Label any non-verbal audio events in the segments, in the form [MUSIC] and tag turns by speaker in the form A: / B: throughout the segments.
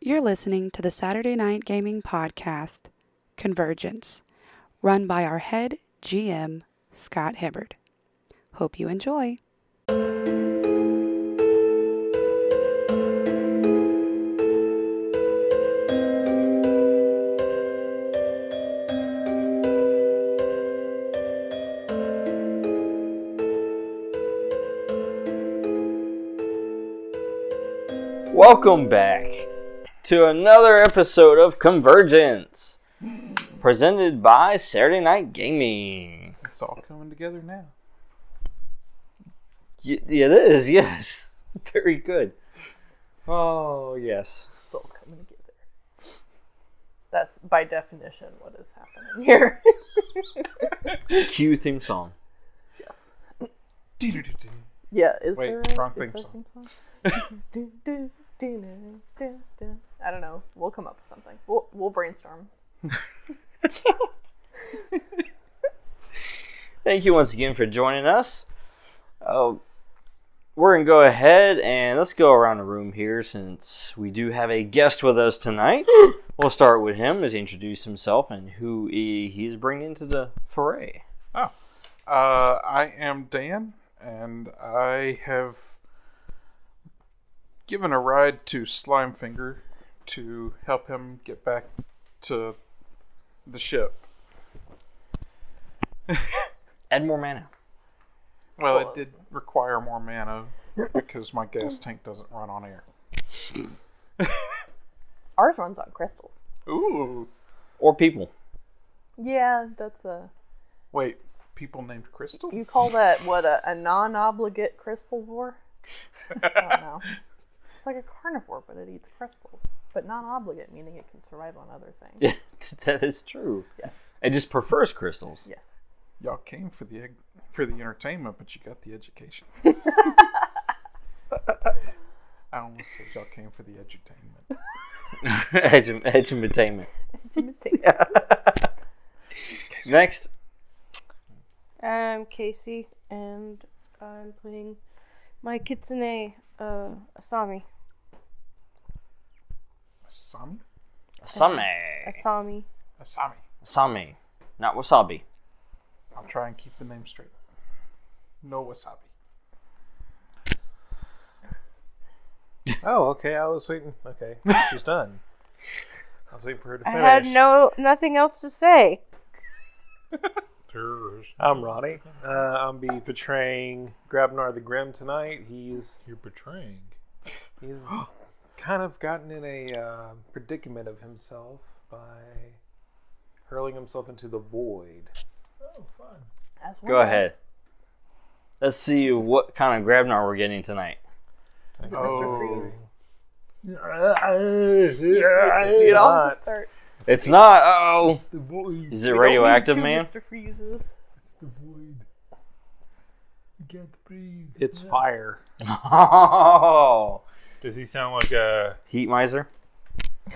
A: You're listening to the Saturday Night Gaming Podcast, Convergence, run by our head GM, Scott Hibbard. Hope you enjoy.
B: Welcome back to another episode of Convergence, presented by Saturday Night Gaming.
C: It's all coming together now.
B: Y- it is, [LAUGHS] yes. Very good. Oh, yes.
D: it's all coming together. That's by definition what is happening here. [LAUGHS]
B: Cue theme song.
D: yes.
C: Dee-doo-doo-doo.
D: Yeah. Is
C: Wait,
D: there
C: wrong
D: is
C: theme
D: there a
C: song.
D: song? [LAUGHS] Do, do, do, do, do, do. I don't know. We'll come up with something. We'll we'll brainstorm.
B: Thank you once again for joining us. Uh, we're going to go ahead and let's go around the room here since we do have a guest with us tonight. we'll start with him as he introduces himself and who he, he's bringing to the foray.
C: Oh, uh, I am Dan, and I have given a ride to Slimefinger to help him get back to the ship.
B: Edmore Manor.
C: Well, it did require more mana because my gas [CLEARS THROAT] tank doesn't run on air.
D: Ours runs on crystals.
C: Ooh,
B: or people.
D: Yeah, that's a
C: wait, people named Crystal?
D: you call that what a, a non-obligate crystalvore? I
C: [LAUGHS]
D: don't know. It's like a carnivore, but it eats crystals. But non-obligate meaning it can survive on other things.
B: [LAUGHS] that is true.
D: Yes.
B: It just prefers crystals.
D: Yes.
C: Y'all came for the eg- for the entertainment, but you got
B: [LAUGHS]
C: the education. I almost said y'all came for the edutainment.
B: [LAUGHS] Edge edge entertainment.
C: [LAUGHS]
B: Next,
E: I'm Casey, and I'm playing my kitsune uh, Asami.
C: Asami?
B: Asami.
E: Asami.
C: Asami.
B: Asami. Not wasabi.
C: I'll try and keep the name straight. No wasabi.
F: Oh, okay. I was waiting.
C: [LAUGHS]
F: Okay, she's done. I was waiting for her to
E: I
F: finish.
E: had no nothing else to
G: [LAUGHS]
E: say.
F: I'm Ronnie. Uh, I'll be portraying Grabnar the Grim tonight. He's
C: You're betraying.
F: he's kind of gotten in a uh, predicament of himself by hurling himself into the void.
D: As one
B: Go
D: does.
B: ahead. Let's see what kind of grabnar we're getting tonight.
C: Oh,
F: It's
D: It all
F: not.
D: just start-
B: It's not. Oh, is it
D: we don't need
B: radioactive,
D: two
B: man?
D: Mr. Freezes.
F: It's fire.
B: Oh,
G: Does he sound like a?
B: [LAUGHS] heat miser.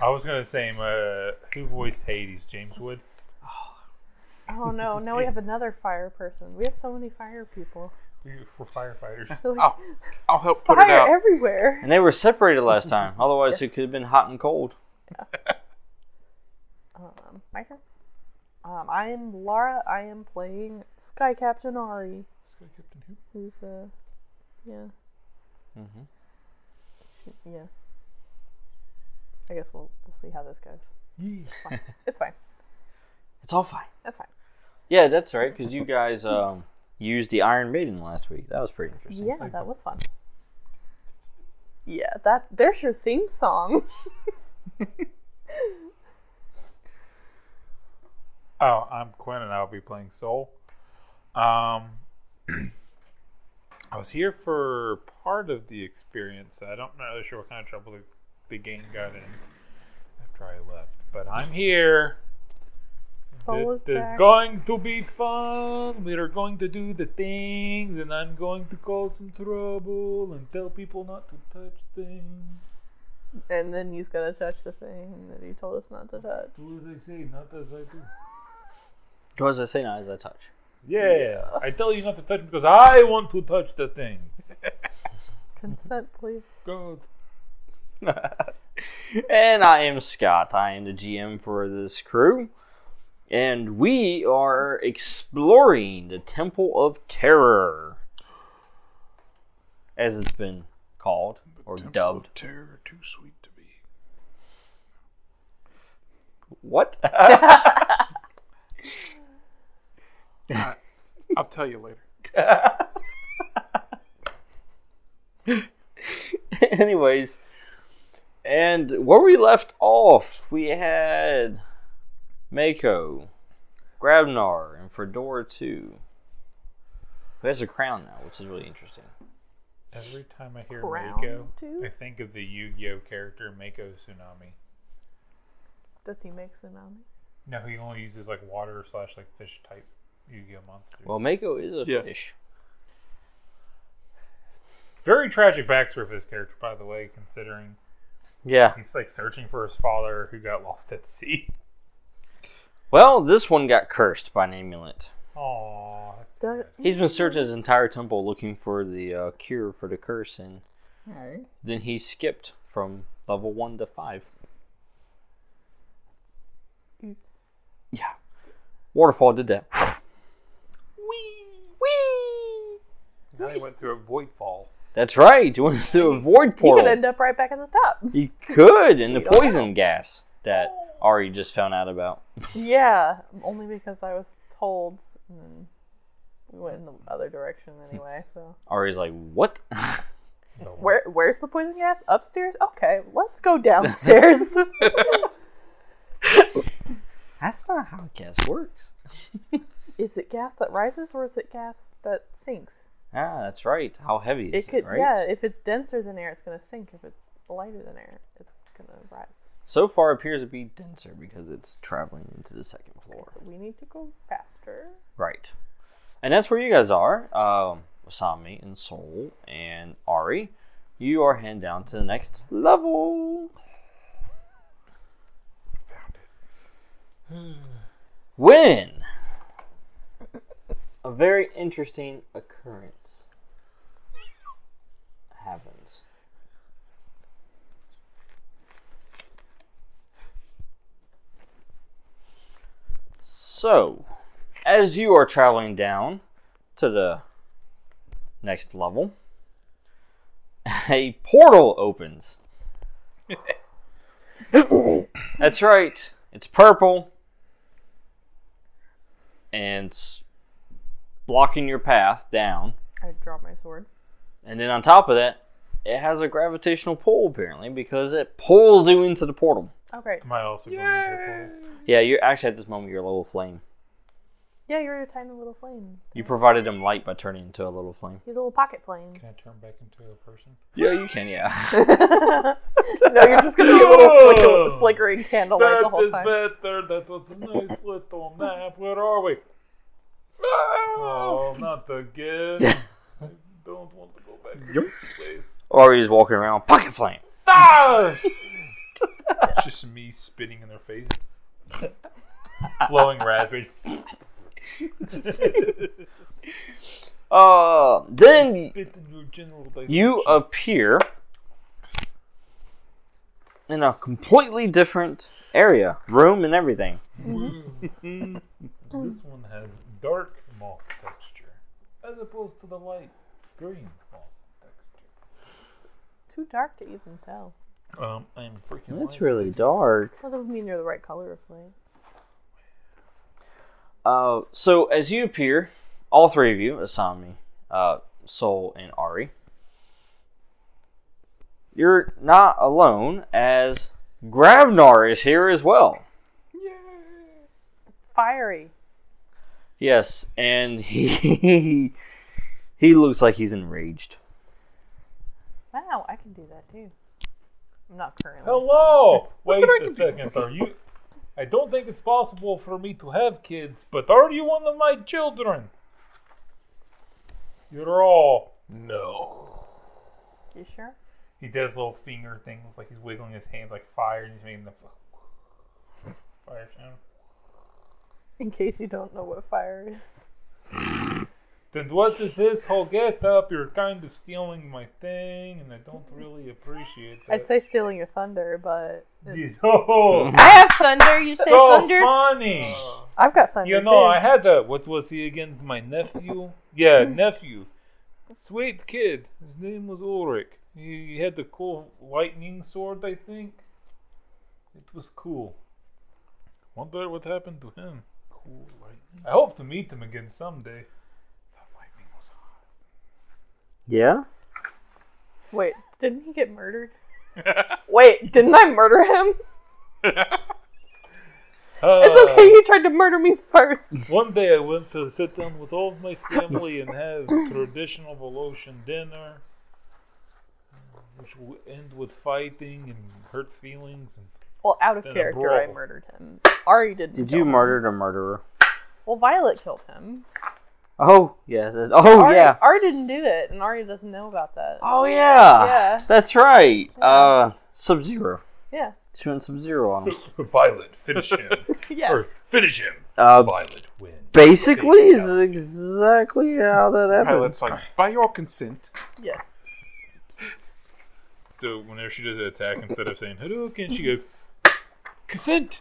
G: I was gonna say him. Uh, who voiced Hades? James Wood.
D: Oh no! Now we have another fire person. We have so many fire people.
G: We-
B: [LAUGHS]
G: We're firefighters.
C: I'll, I'll help put it out.
D: Fire everywhere.
B: And they were separated last time. Otherwise, it could have been hot and cold.
D: Um, my turn. Um, I am Lara. I am playing Sky Captain Ari, who's uh, yeah.
C: Mm-hmm.
B: Mhm.
D: She, yeah. I guess we'll we'll see how this goes. Yeah. It's fine.
B: It's all fine.
D: That's fine.
B: Yeah, that's right. Because you guys um, used the Iron Maiden last week. That was pretty interesting.
D: Yeah, that was fun. Yeah, that there's your theme [LAUGHS] song.
G: Oh, I'm Quinn, and I'll be playing Soul. Um, [CLEARS THROAT] I was here for part of the experience. I don't know really sure what kind of trouble the, the game got in after I left, but I'm here.
D: Soul is
G: It's
D: back.
G: going to be fun. We are going to do the things, and I'm going to cause some trouble and tell people not to touch things.
D: And then he's gonna touch the thing that he told us not to touch.
G: Do as I say, not as I do.
B: Because I say not as I touch.
G: Yeah, I tell you not to touch because I want to touch
D: Mm-hmm.
G: the things.
D: Consent, please.
G: God.
B: [LAUGHS] and I am Scott. I am the GM for this crew. And we are exploring the Temple of Terror. As it's been called or
C: Temple
B: dubbed.
C: Of terror, too sweet to be.
B: What? [LAUGHS]
C: I'll tell you later.
B: Anyways, and where we left off, we had Mako, Grabnar, and Fedora 2. Who has a crown now, which is really interesting.
G: Every time I hear
D: Crown
G: Mako,
D: too?
G: I think of the Yu-Gi-Oh character Mako Tsunami.
D: Does he make tsunami?
G: No, he only uses like water slash like fish type Yu-Gi-Oh monsters.
B: Well, Mako is a
C: Yeah.
B: fish.
G: very tragic backstory for this character, by the way, considering
B: Yeah.
G: he's like searching for his father who got lost at sea.
B: Well, this one got cursed by an amulet.
G: Aww, that's
D: Does,
G: sad.
B: He's been searching his entire temple looking for the uh, cure for the curse, and then he skipped from level 1 to 5.
D: Oops.
B: Yeah. Waterfall did that.
F: Now he went through a void fall.
B: That's right. You want to avoid
D: He could
B: portal.
D: end up right back at the top. [LAUGHS]
B: You could, [LAUGHS] and the
D: You don't
B: poison gas that Ari just found out about.
D: Yeah, only because I was told, and then we went in the other direction anyway. [LAUGHS] So
B: Ari's like, what? [LAUGHS]
D: where where's the poison gas? Upstairs. Okay, let's go [LAUGHS] downstairs.
B: That's not how gas works.
D: is it gas that rises or is it gas that sinks?
B: Ah, that's right. How heavy is it,
D: It could.
B: right?
D: Yeah, if it's denser than air, it's gonna sink. If it's lighter than air, it's gonna rise.
B: So far appears to be denser because it's traveling into the second floor.
D: So we need to go faster.
B: Right. And that's where you guys are. Um, Wasami and Soul and Ari. You are heading down to the next level. When a very interesting occurrence happens. So, as you are traveling down to the next level, a portal opens. That's right. It's purple. And it's blocking your path down.
D: I draw my sword.
B: And then on top of that, it has a gravitational pull apparently because it pulls you into the portal.
D: Oh great!
G: Am I also going into a pool?
B: Yeah, you're actually at this moment you're a little flame.
D: Yeah, you're a tiny little flame.
B: You provided him light by turning into a little flame.
D: He's a little pocket flame.
G: Can I turn back into a person?
B: Yeah, you can, yeah.
D: [LAUGHS] no, you're just gonna be a little flicker, flickering candlelight the whole time.
G: better. That was a nice little nap. Where are we? Oh, not again. I don't want to go back to this place.
B: [LAUGHS] Or he's walking around pocket flame.
D: [LAUGHS]
G: just me spitting in their face, blowing raspberry.
B: Uh, then
G: Spit in your general
B: you
G: direction.
B: appear in a completely different area, room, and everything.
G: this one has dark moss texture, as opposed to the light green moss texture.
D: Too dark to even tell.
G: Um, I'm freaking.
B: That's
G: That's
B: really dark.
D: That doesn't mean you're the right color of flame.
B: Uh, so as you appear, all three of you, Asami, uh, Soul, and Ari, you're not alone as Gravnar is here as well.
D: Fiery.
B: Yes, and [LAUGHS] he he looks like he's enraged.
D: Wow, I can do that too. Not currently.
G: Hello. Wait a second. Are you? I don't think it's possible for me to have kids, but are you one of my children? You're all no.
D: You sure?
G: He does little finger things, like he's wiggling his hands like fire, and he's making the fire sound.
D: In case you don't know what fire is.
G: Then what is this whole get up? You're kind of stealing my thing, and I don't really appreciate that.
D: I'd say stealing your thunder, but it's-
G: [LAUGHS] Oh,
E: I have thunder. You say
G: so
E: thunder?
G: funny.
D: I've got thunder.
G: You know,
D: too.
G: I had a what was he again? My nephew. Yeah,
D: Hmm.
G: nephew. Sweet kid. His name was Ulrich. He, he had the cool lightning sword, I think. It was cool. Wonder what happened to him. Cool lightning. I hope to meet him again someday.
B: Yeah.
D: Wait, didn't he get
G: [LAUGHS]
D: murdered? Wait, didn't I murder him?
G: Uh,
D: It's okay, you tried to murder me first.
G: One day I went to sit down with all of my family and have traditional Voloshian dinner, which will end with fighting and hurt feelings. And [LAUGHS]
D: Well, out of
G: Then a
D: character, I
G: brawl.
D: murdered him. Ari didn't.
B: Did
D: kill
B: you
D: him.
B: murder a murderer?
D: Well, Violet killed him.
B: Oh yeah. that- Oh
D: Ari,
B: yeah.
D: Ari didn't do it, and Ari doesn't know about that.
B: Oh yeah.
D: Yeah.
B: That's right. Uh, Sub Zero.
D: Yeah.
B: She went Sub Zero on him.
G: Violet, finish him.
D: Yes.
G: or finish him.
B: Uh,
G: Violet, win.
B: basically, is exactly how that happened.
C: Pilot's like, by your consent.
D: Yes.
G: So whenever she does an attack, instead of saying Hadouken, she goes, consent!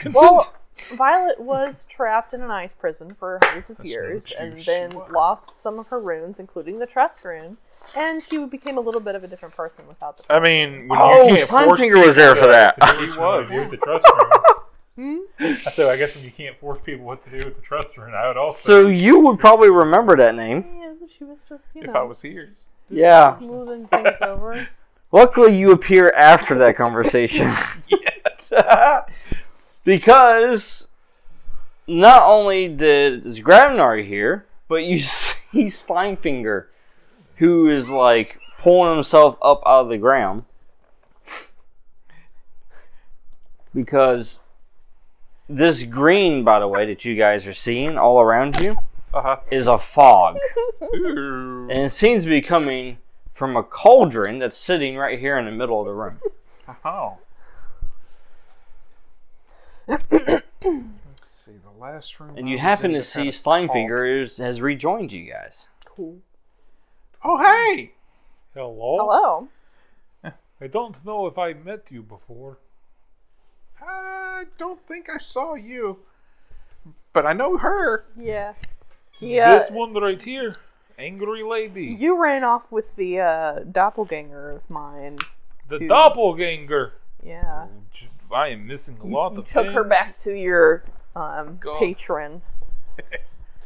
G: Consent!
D: Well, Violet was trapped in an ice prison for hundreds of
G: That's
D: years,
G: not true,
D: and
G: she
D: then
G: was.
D: lost some of her runes, including the trust rune, and she became a little bit of a different person without the.
G: I mean, when
B: Oh,
G: you can't force
B: Sunfinger was there for that. [LAUGHS]
G: He
C: was.
G: With the trust room.
D: Hmm?
G: So I guess when you can't force people what to do with the trust room, I would also
B: So you would probably remember that name.
D: And she was just, you know,
C: If I was here.
B: Yeah.
D: smoothing things
G: [LAUGHS]
D: over.
B: Luckily, you appear after that conversation. [LAUGHS] because not only did is Gravnar here, but you [LAUGHS] see Slimefinger, who is like pulling himself up out of the ground because this green, by the way, that you guys are seeing all around you
C: Uh-huh.
B: is a fog,
C: Ooh.
B: and it seems to be coming from a cauldron that's sitting right here in the middle of the room.
C: How? Let's see, the last room.
B: And
C: I
B: you
C: was
B: happen
C: in
B: to
C: that
B: see
C: had a
B: Slimefinger is, has rejoined you guys.
D: Cool.
C: hall. Oh, hey!
G: Hello?
D: Hello.
G: I don't know if I met you before.
C: I don't think I saw you. But I know her.
D: Yeah. Yeah.
G: This one right here, angry lady,
D: Uh, You ran off with the uh, doppelganger of mine.
G: the
D: too.
G: doppelganger.
D: Yeah.
G: I am missing a lot
D: You
G: of
D: took her
G: things.
D: back to your um,
G: God.
D: patron.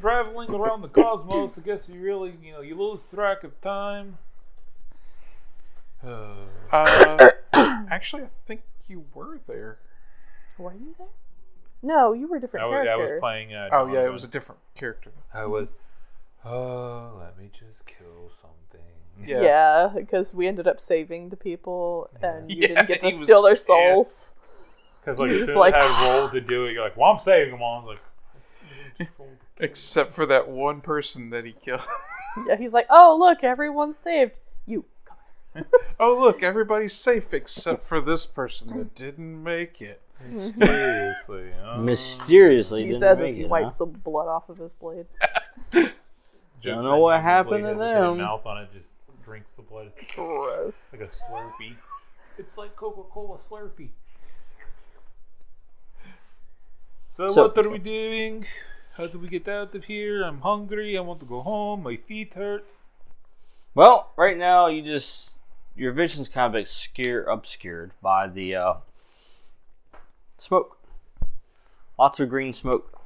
G: Traveling around the cosmos, I guess you really, you know, you lose track of time. Uh,
C: Uh, [COUGHS] actually, I think you were there.
D: Were you there? No, you were a
G: I,
D: different
G: was, I
D: character.
G: was playing. Uh,
C: Oh, yeah, it
G: Donovan.
C: was a different character.
G: I was. Oh, let me just kill something.
C: Yeah.
D: Yeah, because we ended up saving the people, and you
C: [LAUGHS]
D: didn't
C: Yeah,
D: get to
C: he was
D: steal their
C: pissed.
D: souls.
G: Because like,
D: You're
G: as
D: just
G: soon as
D: like,
G: I rolled to do it, you're like, "Well, I'm saving them all." I was
D: [LAUGHS]
G: like,
C: Except for that one person that he killed. [LAUGHS]
D: Yeah, he's like, "Oh, look, everyone's saved. You, come
C: oh, look, everybody's safe except for this person that didn't make it.
G: "Seriously?" huh?"
B: Mysteriously,
D: here." He
B: didn't
D: says
B: make
D: as he
B: it,
D: wipes
B: huh?
D: the blood off of his blade.
G: Jokes
B: know what
G: like the blade
B: happened to
G: has a hidden
B: them.
G: Mouth on it just drinks the blood.
D: Gross.
G: It's like a Slurpee. It's like Coca-Cola Slurpee. So,
B: So-
G: what are we doing? How do we get out of here? I'm hungry. I want to go home. My feet hurt.
B: Well, right now you just your vision's kind of obscure, obscured by the uh, smoke. Lots of green smoke.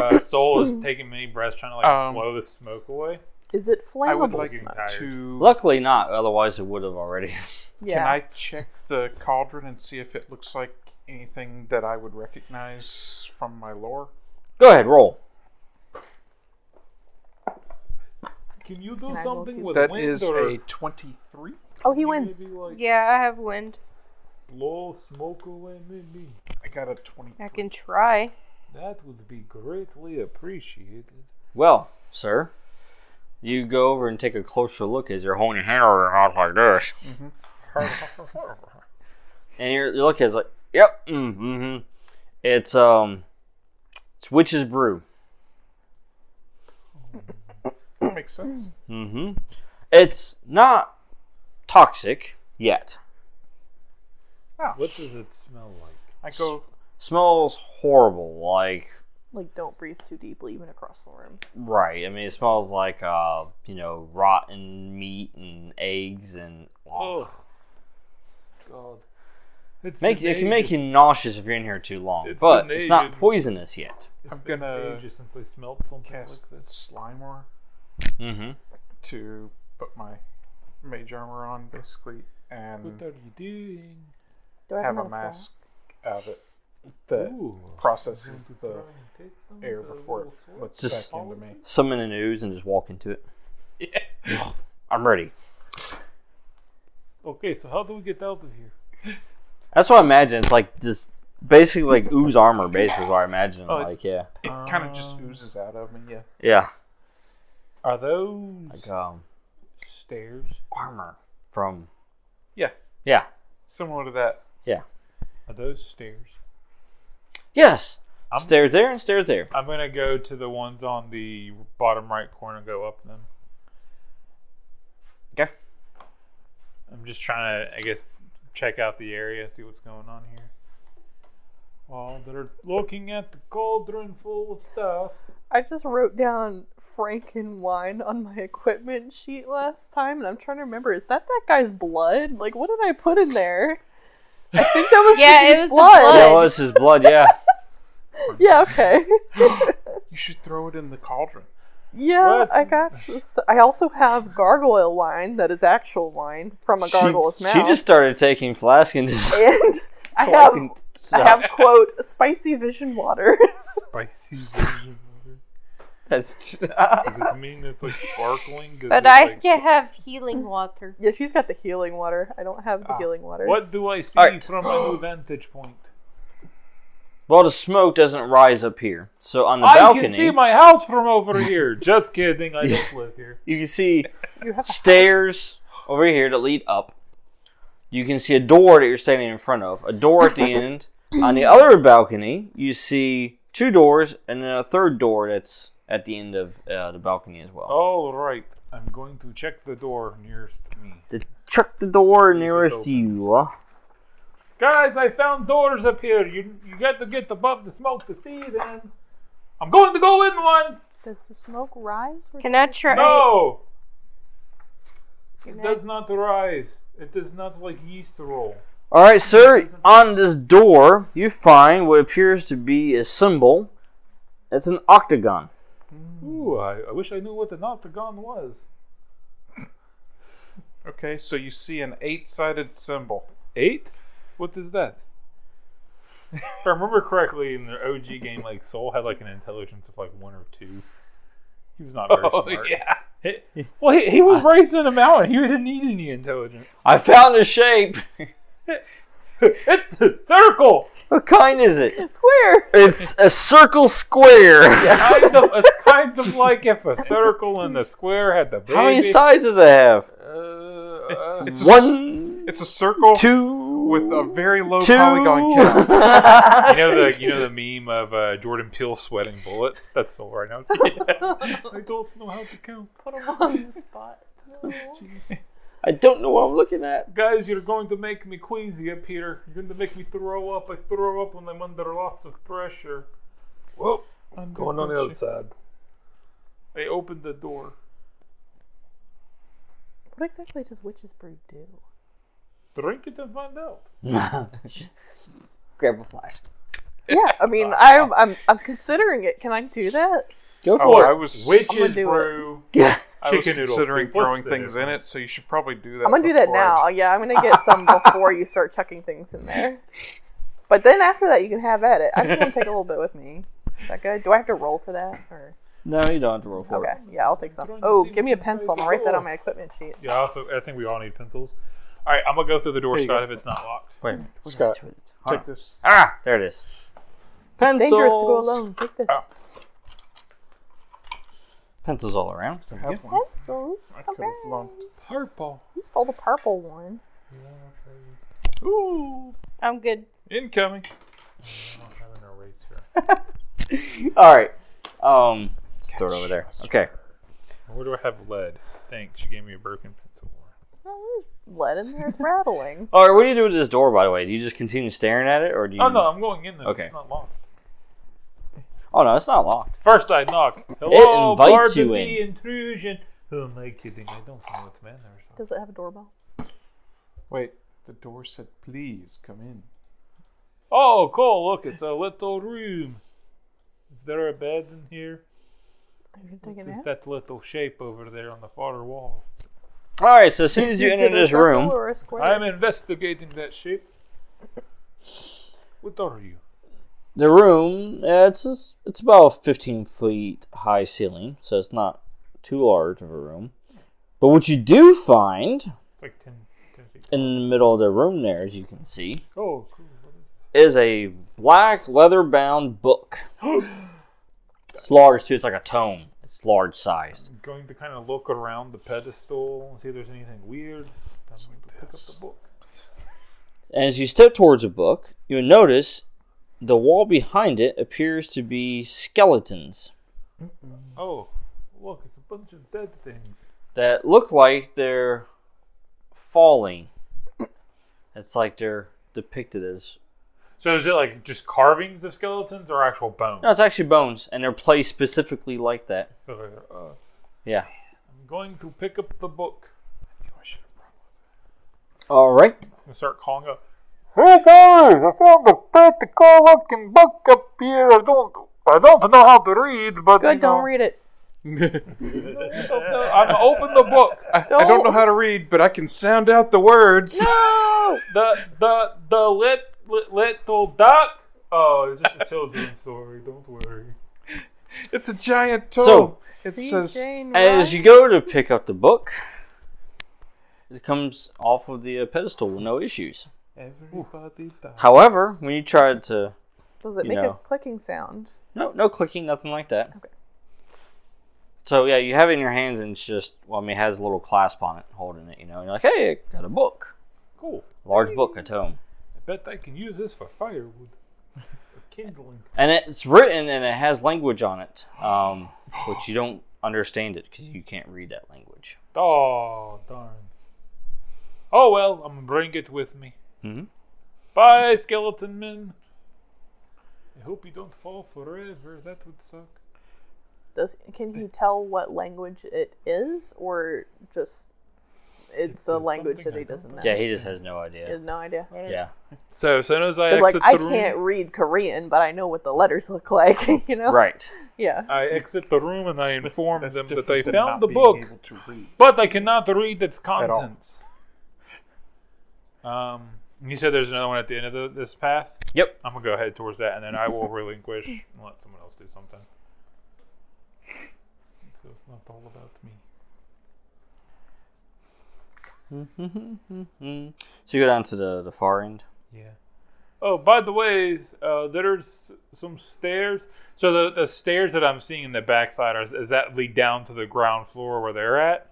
G: Uh, Soul
C: [COUGHS]
G: is taking many breaths, trying to like
C: Um,
G: blow the smoke away.
D: Is it flammable?
C: I would like
D: smoke?
G: tired.
C: to.
B: Luckily not, otherwise it would have already. [LAUGHS]
D: Yeah.
C: Can I check the cauldron and see if it looks like anything that I would recognize from my lore?
B: Go ahead, roll.
G: Can you do
D: Can I roll
G: something
D: too?
G: with
C: That
G: wind
C: is
G: or
C: a 23.
D: Oh, he
G: You
D: wins.
G: maybe, like,
E: Yeah, I have wind.
G: blow smoke away, maybe.
C: I got a 23.
E: I can try.
G: That would be greatly appreciated.
B: Well, sir, you go over and take a closer look as you're holding your hand over your mouth like this. [LAUGHS] and you're, you look at it's like, yep, mm, mm-hmm. It's um, it's witch's brew.
C: That makes sense.
B: hmm It's not toxic yet.
C: Ah,
G: What does it smell like?
C: I go.
B: Smells horrible. Like
D: Like, don't breathe too deeply, even across the room.
B: right. I mean, it smells like uh, you know, rotten meat and eggs and.
G: Oh, God. It's
B: Make,
G: been
B: it can make
G: ages-
B: you nauseous if you're in here too long,
G: It's
B: but
G: been
B: it's not
G: ages.
B: poisonous yet.
G: It's
C: I'm
G: been
C: gonna
G: ages since I smelled something
C: cast
G: like this.
C: Slimer
B: Mm-hmm.
C: to put my mage armor on, basically,
G: What
C: and
G: are you doing?
D: Do I
C: have a
D: another flask?
C: mask of it that
G: Ooh.
C: processes the
G: Try and take some
C: air
G: of the
C: before it
G: little fork.
C: lets
B: Just-
C: back into me.
B: Summon an ooze and just walk into it. I'm ready.
G: Okay, so how do we get out of here?
B: That's what I imagine. It's like this, basically like ooze armor. Basically, is what I imagine.
C: Oh, it-
B: like yeah,
C: It kind of just oozes out of me. Yeah.
B: yeah,
G: Are those
B: like um,
G: stairs?
B: armor from
C: Yeah.
B: yeah,
C: Similar to that.
B: yeah,
G: Are those stairs?
B: yes.
G: I'm-
B: stairs there and stairs there.
G: I'm gonna go to the ones on the bottom right corner and go up them.
B: Okay.
G: I'm just trying to, I guess, check out the area, see what's going on here. While they're looking at the cauldron full of stuff.
D: I just wrote down Frankenwine on my equipment sheet last time, and I'm trying to remember is that that guy's blood? Like, what did I put in there? I think that was
E: [LAUGHS] Yeah,
D: the
E: it
D: dude's
E: was the
D: blood.
E: blood.
B: That was his blood.
G: [LAUGHS]
B: Yeah,
D: Yeah, okay.
B: [GASPS]
C: You should throw it in the cauldron.
D: Yeah,
G: What's-
D: I got. some st- I also have gargoyle wine that is actual wine from a gargoyle's
B: she,
D: mouth.
B: she just started taking flask and just
D: [LAUGHS] and I have,
B: collecting
D: I
B: stuff.
D: have quote spicy vision water. [LAUGHS]
C: [LAUGHS]
G: Spicy version water.
B: That's
G: [LAUGHS] Does it mean it's like sparkling? Does
E: But
G: it,
E: I
G: like- [LAUGHS]
E: can have healing water.
D: yeah, she's got the healing water. I don't have the
B: Ah.
D: healing water.
G: What do I see
B: Alright.
G: from my
B: [GASPS]
G: new vantage point?
B: well, the smoke doesn't rise up here, so on the
G: I
B: balcony
G: can see my house from over here. Just kidding,
B: [LAUGHS]
G: I don't live here.
B: you can see
D: You have
B: stairs over here that lead up. You can see a door that you're standing in front of. A door [LAUGHS] at the end. On the other balcony, you see two doors and then a third door that's at the end of uh, the balcony as well.
G: All right, I'm going to check the door nearest me.
B: To check the door nearest
G: open.
B: you.
G: Guys, I found doors up here. You you got to get above the smoke to see them. I'm going to go in one.
D: Does the smoke rise? Or
E: Can I try?
G: No, it
E: Can I-
G: does not rise. It does not like yeast roll.
B: All right, sir. On this door, you find what appears to be a symbol. It's an octagon.
G: Ooh, I, I wish I knew what an octagon was.
C: Okay, so you see an eight-sided symbol.
G: Eight? What is that? if I remember correctly, in the OG game, like Soul had like an intelligence of like one or two. He was not very smart.
C: yeah.
G: He- well, he, he was raised in a mountain. He didn't need any intelligence.
B: I found a shape.
G: It's a circle,
B: what kind is it?
D: Where?
B: It's a circle square. [LAUGHS]
G: kind of. It's kind of like if a circle and a square had the baby.
B: How many sides does it have?
G: Uh, uh,
C: It's a, s-
B: One,
C: It's a circle
B: two,
C: with a very low
B: two. [LAUGHS]
C: polygon count.
G: you know the you know the meme of uh, Jordan Peele sweating bullets. That's Soul right now. I don't know how to count.
D: Put him on the spot.
G: [LAUGHS]
B: I don't know what I'm looking
D: [LAUGHS]
B: at.
G: Guys, you're going to make me queasy up here. You're going to make me throw up. I throw up when I'm under lots of pressure. Whoa!
F: Going on the other side.
G: I opened the door.
D: What exactly does witch's brew do?
G: Drink it and find out.
B: Grab a flash.
D: Yeah, I mean, I'm I'm I'm considering it. Can I do that?
B: Go
C: Oh,
B: for
C: I
B: it.
C: was.
D: I'm gonna
G: Witches
D: do it.
G: brew.
B: Yeah.
G: I was
C: Chicken considering throwing things in it, so you should probably do that.
D: I'm gonna do that
C: before I-
D: now. Yeah, I'm gonna get some before you start chucking things in there. But then after that, you can have at it. I just want to take a little bit with me. Is that good? Do I have to roll for that? Or
B: No, you don't have to roll for
D: okay,
B: it.
D: yeah, I'll take some.
G: Trying to
D: Oh,
G: see
D: give me a
G: what's
D: pencil. I'm gonna
G: inside the
D: write that
G: door.
D: on my equipment sheet.
G: Yeah, also, I think we all need pencils. All right, I'm going to go through the door,
C: There you
G: Scott,
C: go.
G: if it's not locked.
B: Wait.
C: Scott,
B: Hold
C: take
B: on.
C: this.
B: Ah, there it is.
D: It's dangerous to go alone. Take this
C: Oh.
B: Pencils all around.
C: I have one.
D: pencils.
C: I could have
D: Okay.
C: lumped.
G: Purple.
D: You stole the purple one.
C: Ooh,
E: I'm good.
C: incoming.
G: I don't have an eraser.
B: All right. Um, just throw it over there. Okay.
G: Where do I have lead? Thanks. You gave me a broken pencil.
D: Oh, there's lead in there. It's rattling.
B: All right, what do you do with this door, by the way? Do you just continue staring at it, or do you?
G: Oh no, I'm going in there.
B: Okay.
G: It's not locked.
B: Oh no, it's not locked.
G: First I knock. Hello,
B: invites
G: pardon
B: you
G: the
B: in.
G: intrusion. Who am I kidding? I don't know what manners are.
D: Does it have a doorbell?
C: Wait, the door said, please come in.
G: Oh, cool. Look, it's a little room. Is there a bed in here?
D: Are you gonna take a
G: Is
D: nap?
G: that little shape over there on the far wall?
B: All right, so as soon as you
D: Is
B: enter
D: it a
B: this
D: circle
B: room,
D: or a square?
G: I'm investigating that shape. What are you?
B: the room uh, it's just, it's about a 15 feet high ceiling so it's not too large of a room but what you do find
G: It's like 10, 10 feet.
B: in the middle of the room there as you can see
G: Oh, cool. What is
B: is a black leather bound book it's large too it's like a tome it's large sized
G: I'm going to kind of look around the pedestal and see if there's anything weird. I'm going to pick up the book.
B: and as you step towards the book you'll notice the wall behind it appears to be skeletons
G: Oh, look, it's a bunch of dead things.
B: that look like they're falling. It's like they're depicted as
G: So is it like just carvings of skeletons or actual bones?
B: no, it's actually bones, and they're placed specifically like that.
G: Uh,
B: Yeah.
G: I'm going to pick up the book
B: All right.
G: and start calling up. Hey guys, I found a pretty cool looking book up here. I don't, I don't know how to read, but
D: Good. Don't read it.
G: I'm open the book.
C: I don't know how to read, but I can sound out the words.
G: No! The the the lit, lit, little duck. Oh, it's just a children's [LAUGHS] story. Don't worry.
C: It's a giant tome.
B: So-
C: it
D: See,
C: says,
D: Jane
B: As
D: Ryan?
B: you go to pick up the book, it comes off of the uh, pedestal with no issues.
C: everybody dies.
B: However, when you try to
D: Does it
B: you
D: make a
B: know.
D: clicking sound?
B: no no clicking, nothing like that.
D: Okay.
B: So yeah, you have it in your hands and it's just well, I mean, it has a little clasp on it holding it. You know, and you're like, hey, I got a book,
G: Cool.
B: large book, a tome.
G: I bet I can use this for firewood. For kindling.
B: and it's written and it has language on it, um, which you don't understand it because you can't read that language.
G: Oh, darn. Oh well, I'm gonna bring it with me.
B: Mhm.
G: Bye, skeleton men. I hope you don't fall forever. That would suck.
D: Does can he tell what language it is, or just it's a
G: there's
D: language
G: something
D: that he
G: I don't
D: doesn't know?
G: know.
B: Yeah, he just has no
D: He has
B: idea.
D: no idea.
B: Yeah,
G: So as soon as I
D: It's
G: exit
D: like
G: the
D: I
G: room,
D: can't read Korean, but I know what the letters look [LAUGHS] like. You know?
B: right.
D: Yeah.
G: I exit the room and I inform
C: That's
G: them that
C: different
G: I
C: than not
G: found the
C: being
G: book,
C: able to
G: [GASPS]
C: read.
G: but I cannot read its
C: all.
G: contents. Um, you said there's another one at the end of the, this path.
B: Yep.
G: I'm gonna go ahead towards that, and then
D: [LAUGHS]
G: I will relinquish and let someone else do something. So it's not all about me.
B: Mm. So you go down to the the far end.
G: Yeah. Oh, by the way, uh, there's some stairs. So the, the stairs that I'm seeing in the backside are is that lead down to the ground floor where they're at?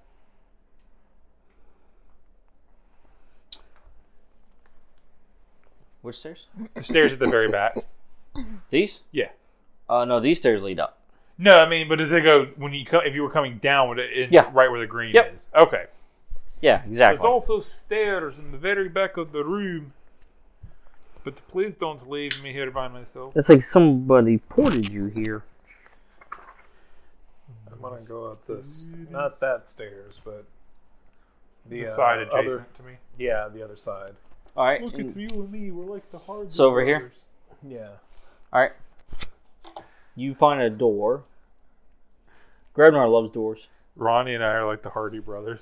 B: Which stairs?
G: The stairs at the
B: [LAUGHS]
G: very back.
B: These?
G: Yeah.
B: Uh, no, these stairs lead up.
G: No, I mean, but does it go when you come if you were coming down? Would it end
B: Yeah.
G: right where the green
B: Yep.
G: is? Okay.
B: Yeah,
G: There's
B: exactly.
G: also stairs in the very back of the room. But please don't leave me here by myself.
B: It's like somebody ported you here.
F: I'm gonna go up this, not that stairs, but
G: The
F: the, uh,
G: side adjacent
F: Other,
G: to me.
F: yeah, the other side.
B: All right. Mm,
G: Look, it's
B: and-
G: you and me. We're like the hard.
B: So over here?
G: brothers.
F: Yeah.
B: all right. You find a door. Grabnar loves doors.
G: Ronnie and I are like the Hardy brothers.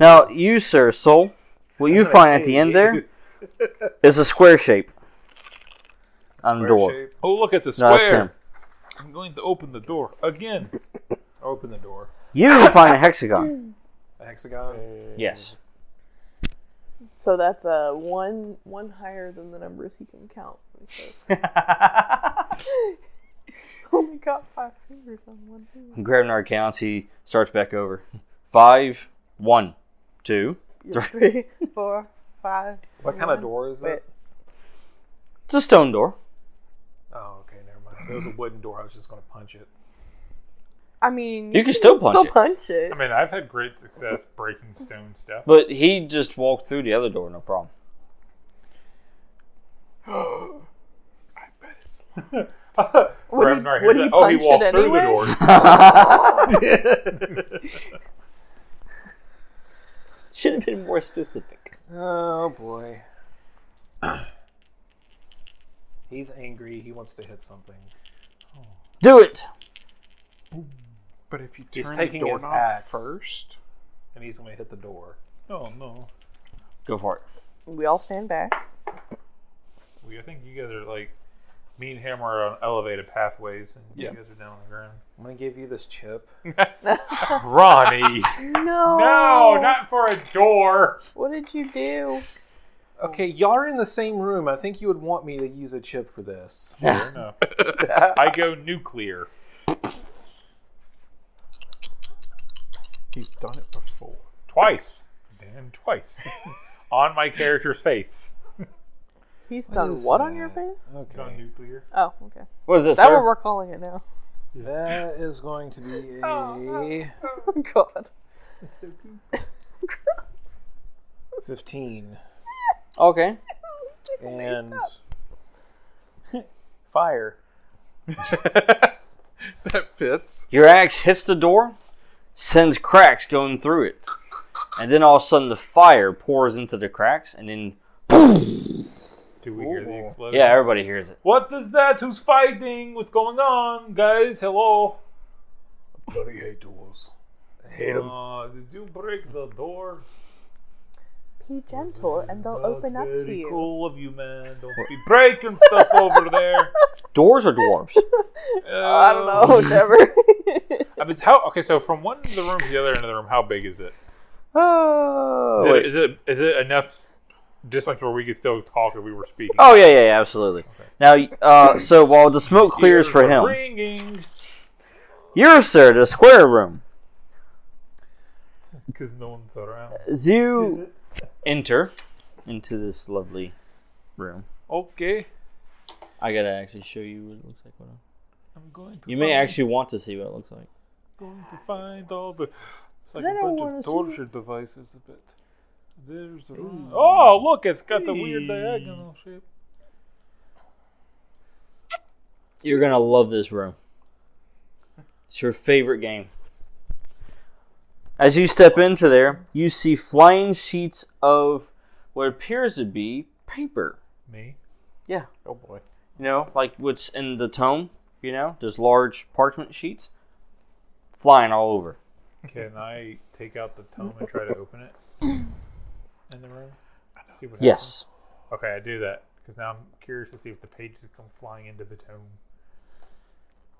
B: Now, you, sir, soul, what you find at the end there is a square shape on the
F: Square
B: door.
F: shape.
G: Oh, look, it's a
B: No, that's
G: square.
B: him.
G: I'm going to open the door again.
F: Open the door.
B: You find a hexagon.
F: A hexagon.
B: Yes.
D: So that's uh, one one higher than the numbers he can count. [LAUGHS] Because he's only got five fingers on one
B: [LAUGHS]
D: finger.
B: Grabnar counts. He starts back over. Five, one, two.
D: Yeah, Three, four, five.
F: [LAUGHS] What kind of door is
D: Wait.
F: it?
B: It's a stone door.
F: Oh, okay, never mind. It was a wooden door. I was just gonna punch it.
D: I mean,
B: You can still punch
D: still
B: it.
D: punch it.
G: I mean, I've had great success breaking stone stuff.
B: But he just walked through the other door, no problem.
C: I bet it's
G: Would
D: he- would he
G: oh, he
D: punch it
G: walked through
D: anyway? [LAUGHS]
G: the door.
B: [LAUGHS] Should have been more specific.
F: Oh boy. [CLEARS THROAT] He's angry. He wants to hit something.
B: Do it.
C: But if you
F: He's
C: turn the
F: taking his
C: doorknob
F: axe.
C: first,
F: And he's going to hit the door.
G: oh no.
B: Go for it.
D: We all stand back.
G: We, I think you guys are like me and him are on elevated pathways, and
C: Yeah.
G: you guys are down on the ground.
F: I'm going to give you this chip.
G: Ronnie,
D: No. Oh.
G: no, not for a
D: [LAUGHS]
G: door.
D: What did you do?
F: Okay, y'all are in the same room. I think you would want me to use a chip for this.
G: Fair enough. I go nuclear.
C: he's done it before.
G: Twice.
D: [LAUGHS]
G: Damn, twice. on my character's face.
D: He's
F: What
D: done
F: is
D: what on your
F: that?
D: face?
G: Gone
F: [LAUGHS] Okay.
G: nuclear.
D: Oh, okay.
B: What is this,
D: That
B: sir?
D: what we're calling it now. [LAUGHS]
F: That is going to
G: [LAUGHS]
F: be a
D: Oh God.
F: fifteen.
B: Okay.
F: And fire.
C: That fits.
B: Your axe hits the door, sends cracks going through it, and then all of a sudden the fire pours into the cracks, and then
G: Do we hear the explosion?
B: yeah, everybody hears it.
G: What is that? Who's fighting? What's going on, guys? Hello.
F: Bloody hate doors.
G: Uh, did you break the door?
D: Be gentle, and they'll open up to
G: Very
D: you.
G: cool of you, man. Don't be [LAUGHS] breaking stuff over there. Um,
B: Doors or [LAUGHS] dwarves?
D: [LAUGHS] Oh, I don't know, [LAUGHS] whichever.
G: I mean, how? Okay, so from one end of the room to the other end of the room, how big is it?
B: oh,
G: Is
B: wait.
G: it, is it is it enough distance where we could still talk if we were speaking?
B: oh yeah, yeah, yeah, absolutely. Now, uh, so while the smoke clears
G: Ears
B: for
G: are
B: him,
G: Ringing,
B: yours, sir, the square room.
G: because no one's around.
B: As you enter into this lovely room,
G: Okay,
B: I gotta actually show you what it looks like. Hold on.
G: I'm going to.
B: You may
G: find-
B: actually want to see what it looks like.
G: going to find all the. It's like
B: Then I
G: a bunch
B: wanna
G: of
B: see
G: torture devices. A bit. There's the. Oh, look! It's got the weird diagonal shape.
B: You're gonna love this room. It's your favorite game. As you step into there, you see flying sheets of what appears to be paper.
G: Me.
B: Yeah.
G: Oh boy.
B: You know, like what's in the tome, you know, those large parchment sheets flying all over.
G: Can I take out the tome and try to open
B: [COUGHS]
G: it in the room? See what
B: Yes.
G: happens? Okay, I do that because now I'm curious to see if the pages come flying into the tome.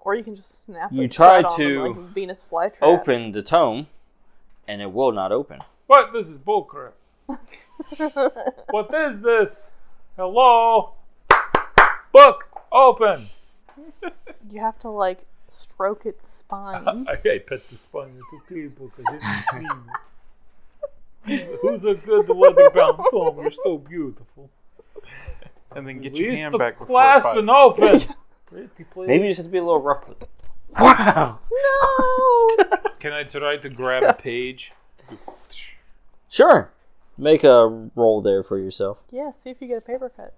D: or you can just snap.
B: You
D: it
B: try
D: shut on them
B: to
D: like a Venus flytrap.
B: Open the tome, and it will not open.
G: What? This is bullcrap. what is this? Hello? Book open!
D: [LAUGHS] You have to like stroke its spine.
G: [LAUGHS] I, I pet the spine into people because it's clean. [LAUGHS] Who's a good leather bound Tom? You're so beautiful.
C: And then get your
G: Release
C: hand
G: the
C: back before it
G: clasp
C: bites.
G: and [LAUGHS] open! Pretty please.
B: Maybe you just have to be a little rough with it. Wow.
D: no.
G: Can I try to grab a page?
B: Sure. Make a roll there for yourself.
D: yeah. See if you get a paper cut.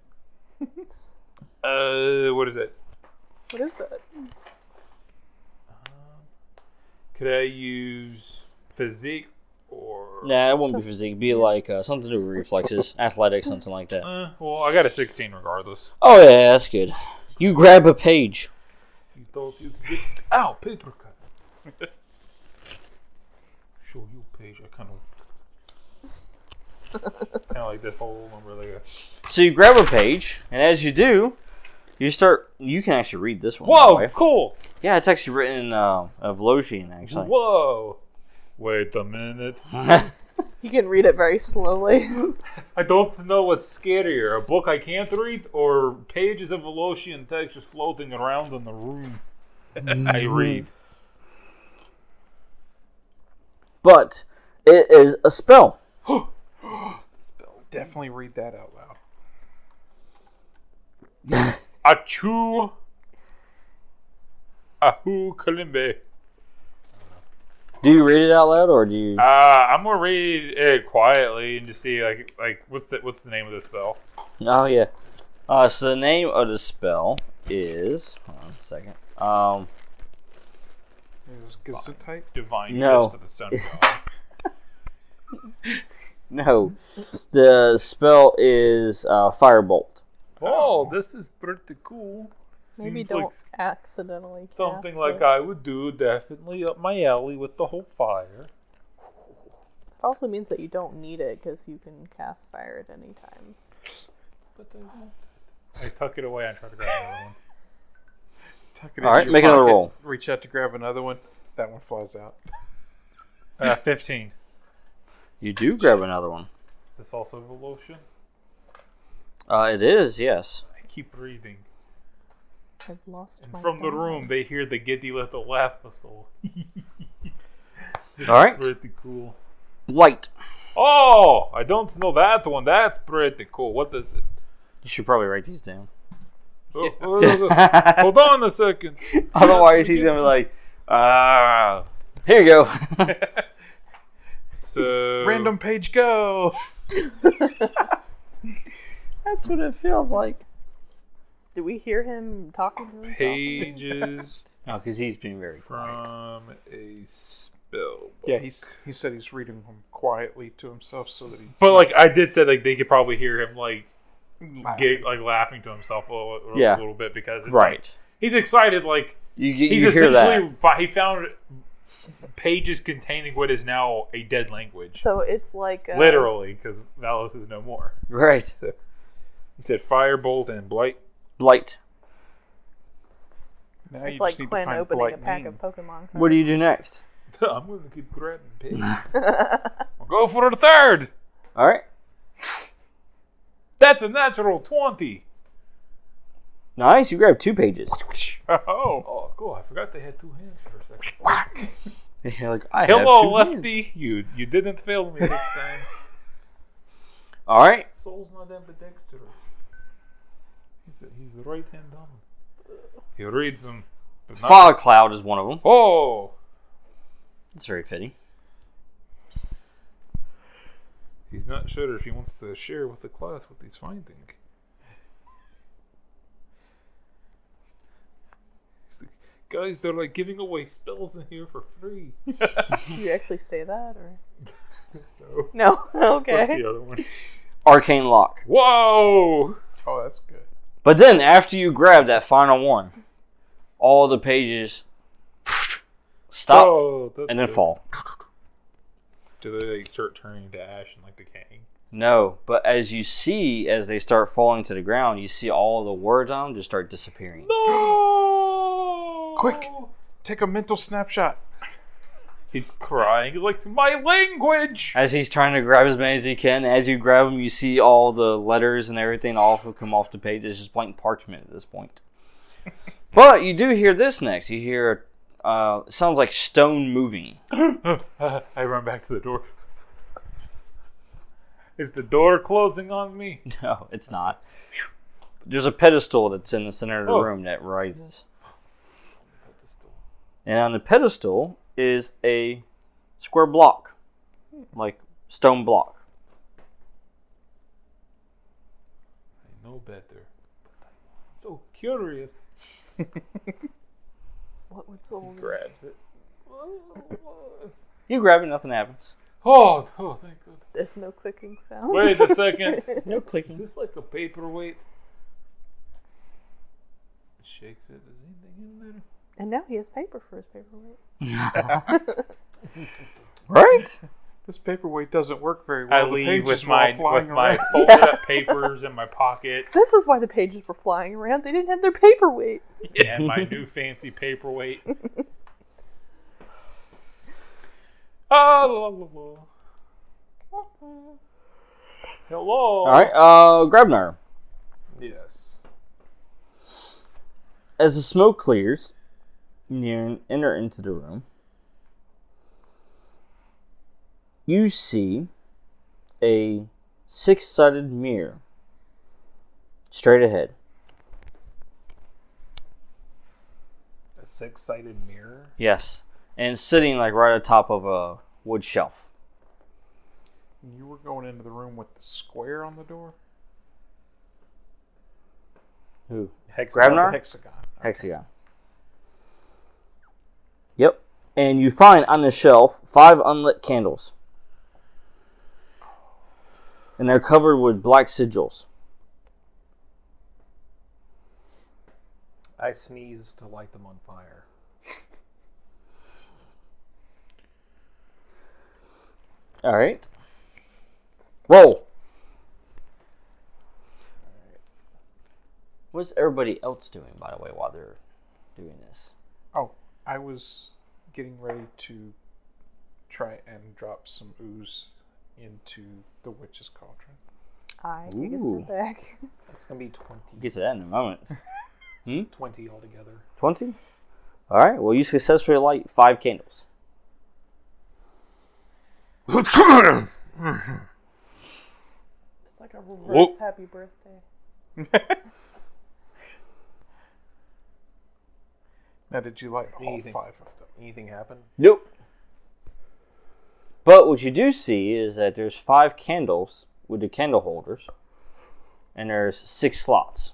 G: Uh, what is it?
D: What is that?
G: Could I use physique or.
B: Nah, it wouldn't be physique. It'd be like uh, something to do with [LAUGHS] reflexes, athletics, something like that.
G: Uh, well, I got a 16 regardless.
B: Oh yeah, that's good. You grab a page.
G: You thought you could get. Ow, paper cut. [LAUGHS] Show you page. I kind of. kind of like this whole number like a.
B: So you grab a page, and as you do, you start. You can actually read this one. by the
G: Whoa,
B: way.
G: cool.
B: Yeah, it's actually written in uh, of Losian actually.
G: Whoa. Wait a minute.
B: [LAUGHS]
D: You can read it very slowly.
G: I don't know what's scarier, a book I can't read or pages of Velocian text just floating around in the room. I read.
B: but it is a spell.
C: Definitely read that out loud.
G: Achu. Ahu Kalimbe.
B: Do you read it out loud or do you?
G: Uh, I'm gonna read it quietly and just see like like what's the what's the name of the spell?
B: Oh yeah. Uh, so the name of the spell is. Hold on a second. Um, [LAUGHS]
C: Is Gesundheit?
G: Divine
B: No.
G: Fist of the Sun God.
B: no, the spell is uh, firebolt.
G: oh, this is pretty cool.
D: Maybe
G: Seems
D: don't
G: like
D: accidentally. cast
G: something like
D: it.
G: I would do. Definitely up my alley with the whole fire.
D: It also means that you don't need it because you can cast fire at any time.
G: I tuck it away. I try to grab another one.
C: Tuck it
B: All
C: into
B: right,
C: your
B: make another
C: pocket,
B: roll.
C: Reach out to grab another one. That one flies out.
G: Uh, Fifteen.
B: You do grab another one.
G: Is this also Volition?
B: Uh, it is yes.
G: I keep reading.
D: I've lost
G: And
D: my.
G: from the
D: thumb.
G: room, they hear the giddy little laugh whistle.
B: All right.
G: Pretty cool.
B: Light.
G: Oh, I don't know that one. That's pretty cool. What is it?
B: You should probably write these [LAUGHS] down.
G: Oh, oh, oh, oh. Hold on a second.
B: Otherwise, he's gonna be like, ah, here you go. [LAUGHS]
G: So
C: Random page go.
B: That's what it feels like.
D: Do we hear him talking to himself?
G: pages
B: No, because he's being very quiet.
G: from a spell. book.
C: Yeah, he's he said he's reading them quietly to himself so that he.
G: But like I did say, like they could probably hear him like
C: Laugh.
G: gig, like laughing to himself a little,
B: Yeah.
G: a little bit because it's like-
B: Right.
G: he's excited. Like
B: You get
G: he's
B: you hear that.
G: essentially fi- he found pages containing what is now a dead language,
D: So it's like uh,
G: literally, because Valos is no more.
B: Right.
G: He said firebolt and blight. [LAUGHS]
B: Light.
C: now you just
D: It's like
C: need to
D: Quinn
C: find
D: opening a
C: Blight
D: pack
C: Name.
D: of Pokemon.
B: What do you do next?
G: I'm gonna keep grabbing pages.
C: [LAUGHS]
D: cards.
G: I'll go for the third.
B: All right.
G: That's a natural twenty. [LAUGHS]
B: Nice. You grab two [LAUGHS] pages.
C: Oh,
G: Oh, cool! I forgot they had two hands for a second.
B: You're like, I have
G: Hello,
B: two
G: Lefty.
B: hands.
G: You you didn't fail me this time.
B: [LAUGHS] All right.
G: Soul's not ambidextrous. He's a, he's a right hand dominant. He reads them. But not-
B: Fog cloud is one of them.
G: Oh!
B: That's very fitting.
G: He's not sure if he wants to share with the class what he's finding. He's like, Guys, they're like giving away spells in here for
B: [LAUGHS]
G: free.
D: Did you actually say that or [LAUGHS]
G: No.
D: no? [LAUGHS]
G: What's
D: okay.
G: the other one?
B: Arcane lock.
G: Whoa!
C: oh, that's good.
B: But then after you grab that final one, all the pages stop
G: Oh, that's
B: and then
G: it.
B: fall.
G: Do they like, start turning to ash and
B: [GASPS]
G: like decaying?
B: No, but as you see, as they start falling to the ground, you see all the words on them just start disappearing.
G: No!
C: Quick. Take a mental snapshot.
G: He's crying. He's like, my language!
B: As he's trying to grab as many as he can, as you grab them, you see all the letters and everything off of come off the page. It's just blank parchment at this point. but you do hear this next. You hear uh, it sounds like stone moving. [LAUGHS]
G: [LAUGHS] I run back to the door. Is the door closing on me?
B: No, it's not. There's a pedestal that's in the center of the
G: Oh.
B: room that rises, and on the pedestal is a square block, like stone block.
G: I know better, but I'm so
C: [LAUGHS]
G: curious.
D: What would soul?
G: Grabs it.
B: You grab it, nothing happens.
G: Oh, oh thank God.
D: There's no clicking sound. [LAUGHS]
G: Wait a second.
B: [LAUGHS] No
G: Is
B: clicking.
G: this like a paperweight? Shakes it. Is anything in there?
D: and now he has paper for his paperweight.
B: Right?
C: This paperweight doesn't work very
G: I
C: well. The
G: leave
C: pages
G: with
C: were all
G: my
C: flying
G: with my
C: around.
G: folded
C: [LAUGHS]
G: up papers in my pocket
D: This is why the pages were flying around. They didn't have their paperweight.
G: and my new fancy paperweight. [LAUGHS] Oh, la, la, la. hello.
B: All right. Uh, Grabnar.
G: Yes.
B: As the smoke clears, you enter into the room. You see a six sided mirror straight ahead.
F: A six sided mirror?
B: Yes. and sitting like right atop of a wood shelf.
C: You were going into the room with the square on the door?
B: Who?
F: Hexagon.
B: Gravnar?
C: Hexagon.
B: Hexagon. Yep. And you find on the shelf five unlit candles. And they're covered with black sigils.
F: I sneeze to light them on fire.
B: All right. Roll. What's everybody else doing, by the way, while they're doing this?
C: Oh, I was getting ready to try and drop some ooze into the witch's cauldron.
D: I take a
B: Ooh.
D: step [LAUGHS] back.
F: That's gonna be
B: We'll
F: 20,
B: get to that in a moment.
F: 20 altogether.
B: 20? All right. Well, you successfully light five candles.
D: It's like a reverse
G: Whoop.
D: happy birthday.
C: Now, did you light all
F: Amazing.
C: five of them?
F: Anything happen?
B: Nope. But what you do see is that there's five candles with the candle holders, and there's six slots.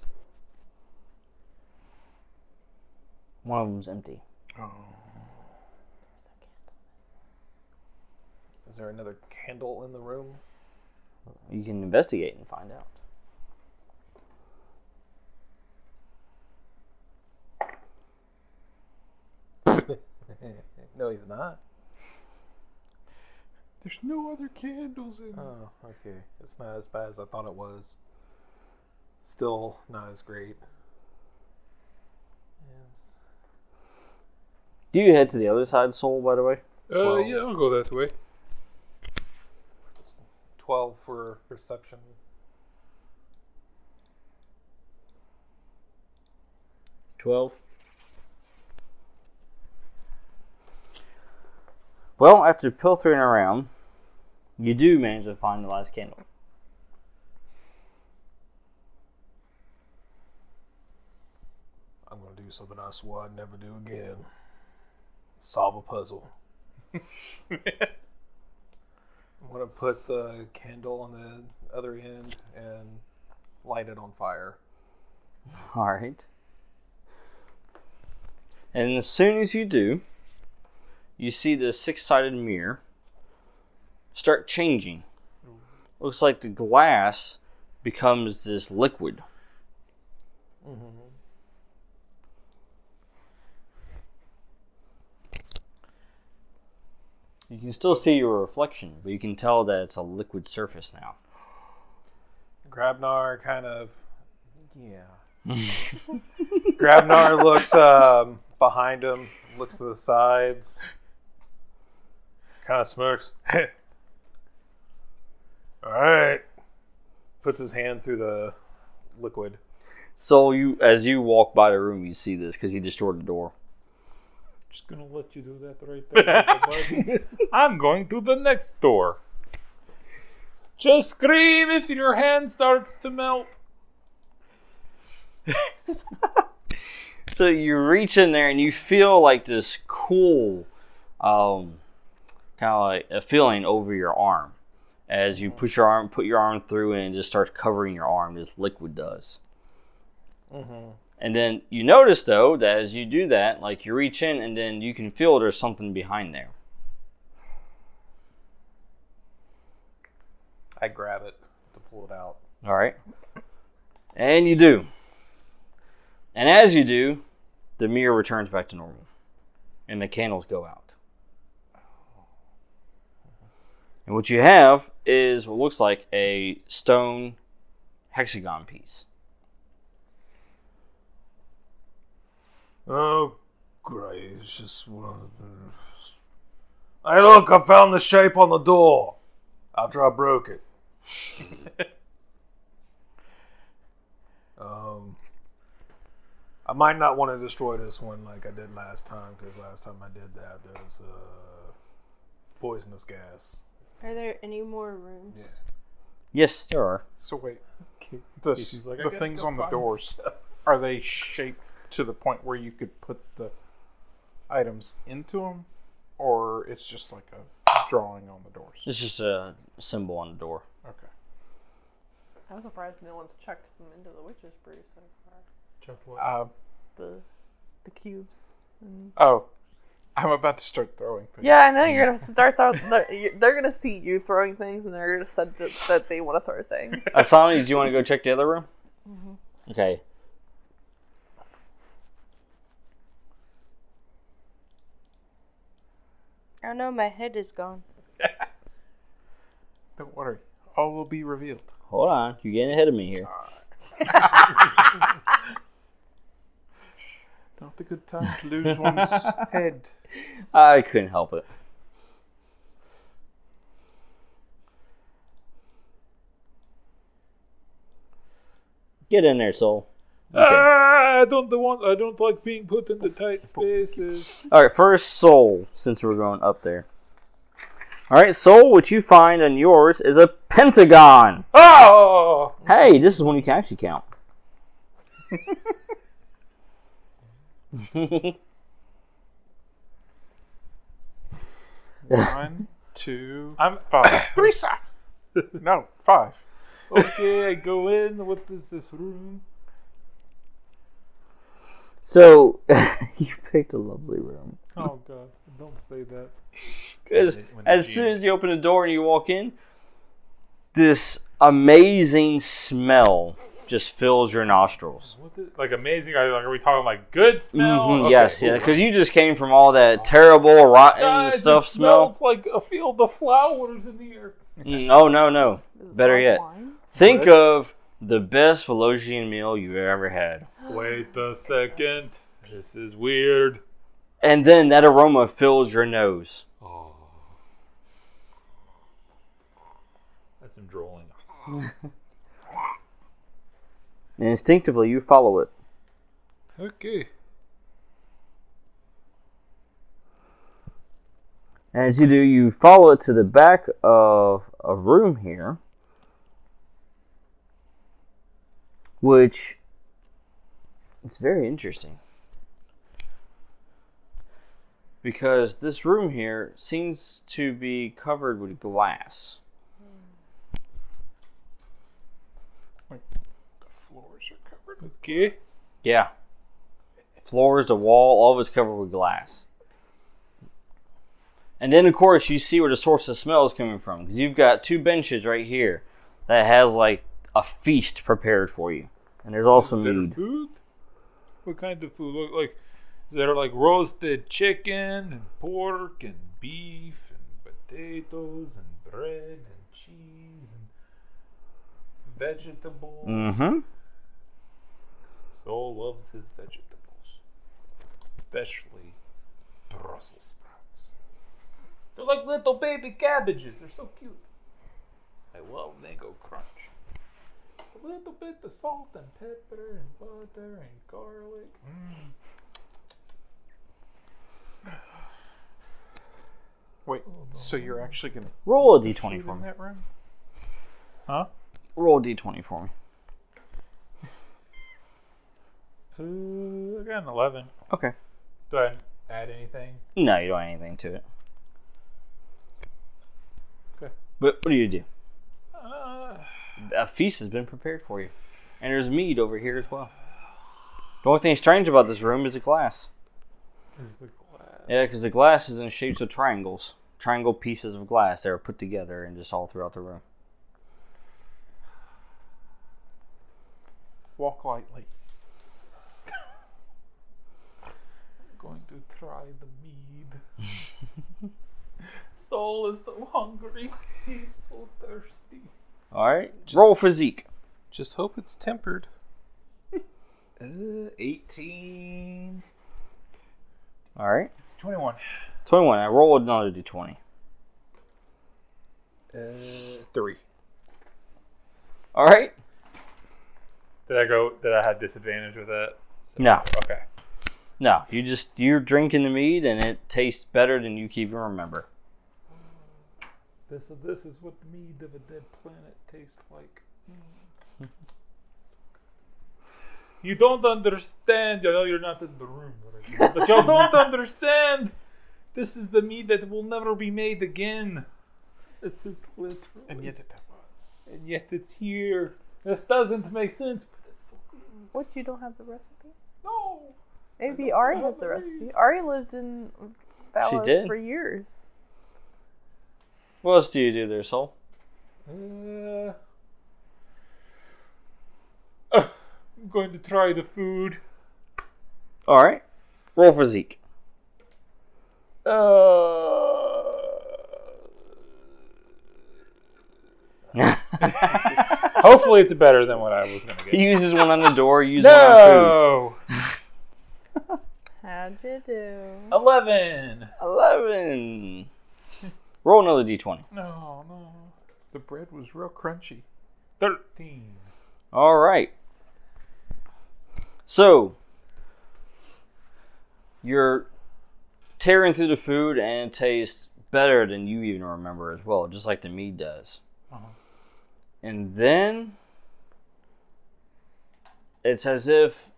B: One of them's empty.
F: Is there another candle in the room? [LAUGHS]
B: You can investigate and find out.
F: No, he's not.
C: There's no other candles in.
F: Oh, okay. It's not as bad as I thought it was. Still not as great. Yes.
B: Do you head to the other side, Soul, by the way?
G: Uh,
F: Twelve.
G: yeah, I'll go that way.
F: It's 12 for perception.
B: Twelve. Well, after pilfering around, you do manage to find the last candle.
F: I'm gonna do something I swore I'd never do again. Solve a puzzle. I'm gonna put the candle on the other end and light it on fire.
B: All right. And as soon as you do, you see the six sided mirror start changing. Looks like the glass becomes this liquid. You can still see your reflection, but you can tell that it's a liquid surface now.
F: Grabnar kind of,
G: [LAUGHS]
F: yeah. Grabnar looks um, behind him, looks to the sides, kind of [LAUGHS] smirks. All right, puts his hand through the liquid.
B: So you, as you walk by the room, you see this because he destroyed the door.
G: Just gonna let you do that
C: [LAUGHS]
G: right there, Uncle Buddy. I'm going to the next door. Just scream if your hand starts to melt.
B: So you reach in there and you feel like this cool, um, kind of like a feeling over your arm as you push your arm, put your arm through, and it just starts covering your arm. This liquid does. And then you notice though that as you do that, like you reach in and then you can feel there's something behind there.
F: I grab it to pull it out.
B: All right. And you do. And as you do, the mirror returns back to normal. And the candles go out. And what you have is what looks like a stone hexagon piece.
F: Oh, great! It's just one of the. Hey, look! I found the shape on the door after I broke it. um, I might not want to destroy this one like I did last time because last time I did that, there was uh, poisonous gas.
E: Are there any more rooms?
B: Yes, there are.
C: So wait, the,
G: She's like, I
C: the
G: gotta
C: things
G: go
C: on the
G: find
C: doors are they shaped to the point where you could put the items into them? or it's just like a drawing on the doors.
B: It's just a symbol on the door.
C: Okay.
D: I'm surprised no one's checked them into the witch's brew so far.
C: Uh,
D: The the cubes. And...
C: oh, I'm about to start throwing things.
D: Yeah, I know you're [LAUGHS] gonna start. Th- they're, they're gonna see you throwing things, and they're gonna said that, that they want to throw things.
B: Asami, do you want to go check the other room? Okay.
E: Oh no, my head is gone.
C: Don't worry, all will be revealed.
B: Hold on. You're getting ahead of me here.
C: Not a good time to lose one's [LAUGHS] head.
B: I couldn't help it. Get in there, soul. Okay.
G: Ah, I don't want. I don't like being put
C: [LAUGHS]
G: into tight spaces.
B: All right, first soul, since we're going up there. All right, soul, what you find on yours is a pentagon.
G: Oh,
B: Hey, this is when you can actually count.
C: One, two,
G: I'm-
C: five. Three, sir. No, five.
G: okay. I go in. What is this room?
B: So, [LAUGHS] you picked a lovely room.
G: Oh God! Don't say that.
B: Because
G: When the
B: as
G: G-
B: soon as you open the door and you walk in, this amazing smell just fills your nostrils.
G: What is like amazing? Are, like, are we talking like good smell?
B: Mhm,
G: Okay,
B: Yes,
G: cool.
B: yeah, because you just came from all that terrible rotten
G: God, it
B: stuff smell.
G: smells like a field of flowers in the air.
B: Mm, oh no, no.
D: Is it
B: Better
D: all
B: yet,
D: wine?
B: think of the best Velocian meal you've ever had,
G: Wait a second. This is weird.
B: and then that aroma fills your nose.
G: Oh. That's some drooling.
B: And instinctively, you follow it.
G: Okay.
B: And as you do, you follow it to the back of a room here, which it's very interesting because this room here seems to be covered with glass.
C: The floors are covered.
G: Okay.
B: Yeah, floors, the wall, all of it's covered with glass. And then, of course, you see where the source of smell is coming from because you've got two benches right here that has like a feast prepared for you, and there's also
G: There's
B: mead.
G: food? What kind of food? Look like is there like roasted chicken and pork and beef and potatoes and bread and cheese and vegetables.
B: Mm-hmm.
G: Soul loves his vegetables, especially Brussels sprouts. They're like little baby cabbages. They're so cute. I love mango crunch. A little bit of salt and pepper and butter and garlic.
C: Wait, so you're actually gonna
B: Roll a d20
C: food
B: for
C: in
B: me.
C: that room?
B: Roll a d20 for me.
G: Uh, I got an eleven.
B: Okay.
G: Do I add anything?
B: No, you don't add anything to it.
G: Okay.
B: But what do you do?
G: Uh,
B: A feast has been prepared for you, and there's mead over here as well. The only thing strange about this room is the glass.
G: is the glass.
B: Yeah, because the glass is in shapes of triangles. Triangle pieces of glass that are put together and just all throughout the room.
C: Walk lightly.
G: going to try the mead. Soul is so hungry. He's so thirsty.
B: All right. Roll physique.
F: Just hope it's tempered.
G: Uh, 18.
B: All right.
G: 21.
B: 21. I rolled another d20.
G: Uh, 3.
B: All right.
G: Did I go, did I have disadvantage with that?
B: No,
G: Okay.
B: no. You just, you're drinking the mead and it tastes better than you can even remember.
G: This, this is what the mead of a dead planet tastes like. [LAUGHS] You [LAUGHS] don't understand. I know you're not in the room, right now, but you don't understand. This is the me that will never be made again. It is literally.
C: And yet it was.
G: and yet it's here. This doesn't make sense, but it's so good.
D: [LAUGHS] What? You don't have the recipe?
G: No!
D: Maybe Ari has the recipe. Ari lived in Valos
B: did.
D: for years.
B: What else do you do there, Soul?
G: Uh, uh, [SIGHS] I'm going to try the food.
B: All right. Roll for [LAUGHS] Zeke.
G: Hopefully, it's better than what I was going to
B: he uses one on the door. Use one on food.
G: No!
D: [LAUGHS] How'd you do?
G: 11!
B: Eleven. Roll another d20.
G: No, no.
C: The bread was real crunchy.
G: 13.
B: All right. So you're tearing through the food, and it tastes better than you even remember as well, just like the mead does. And then it's as if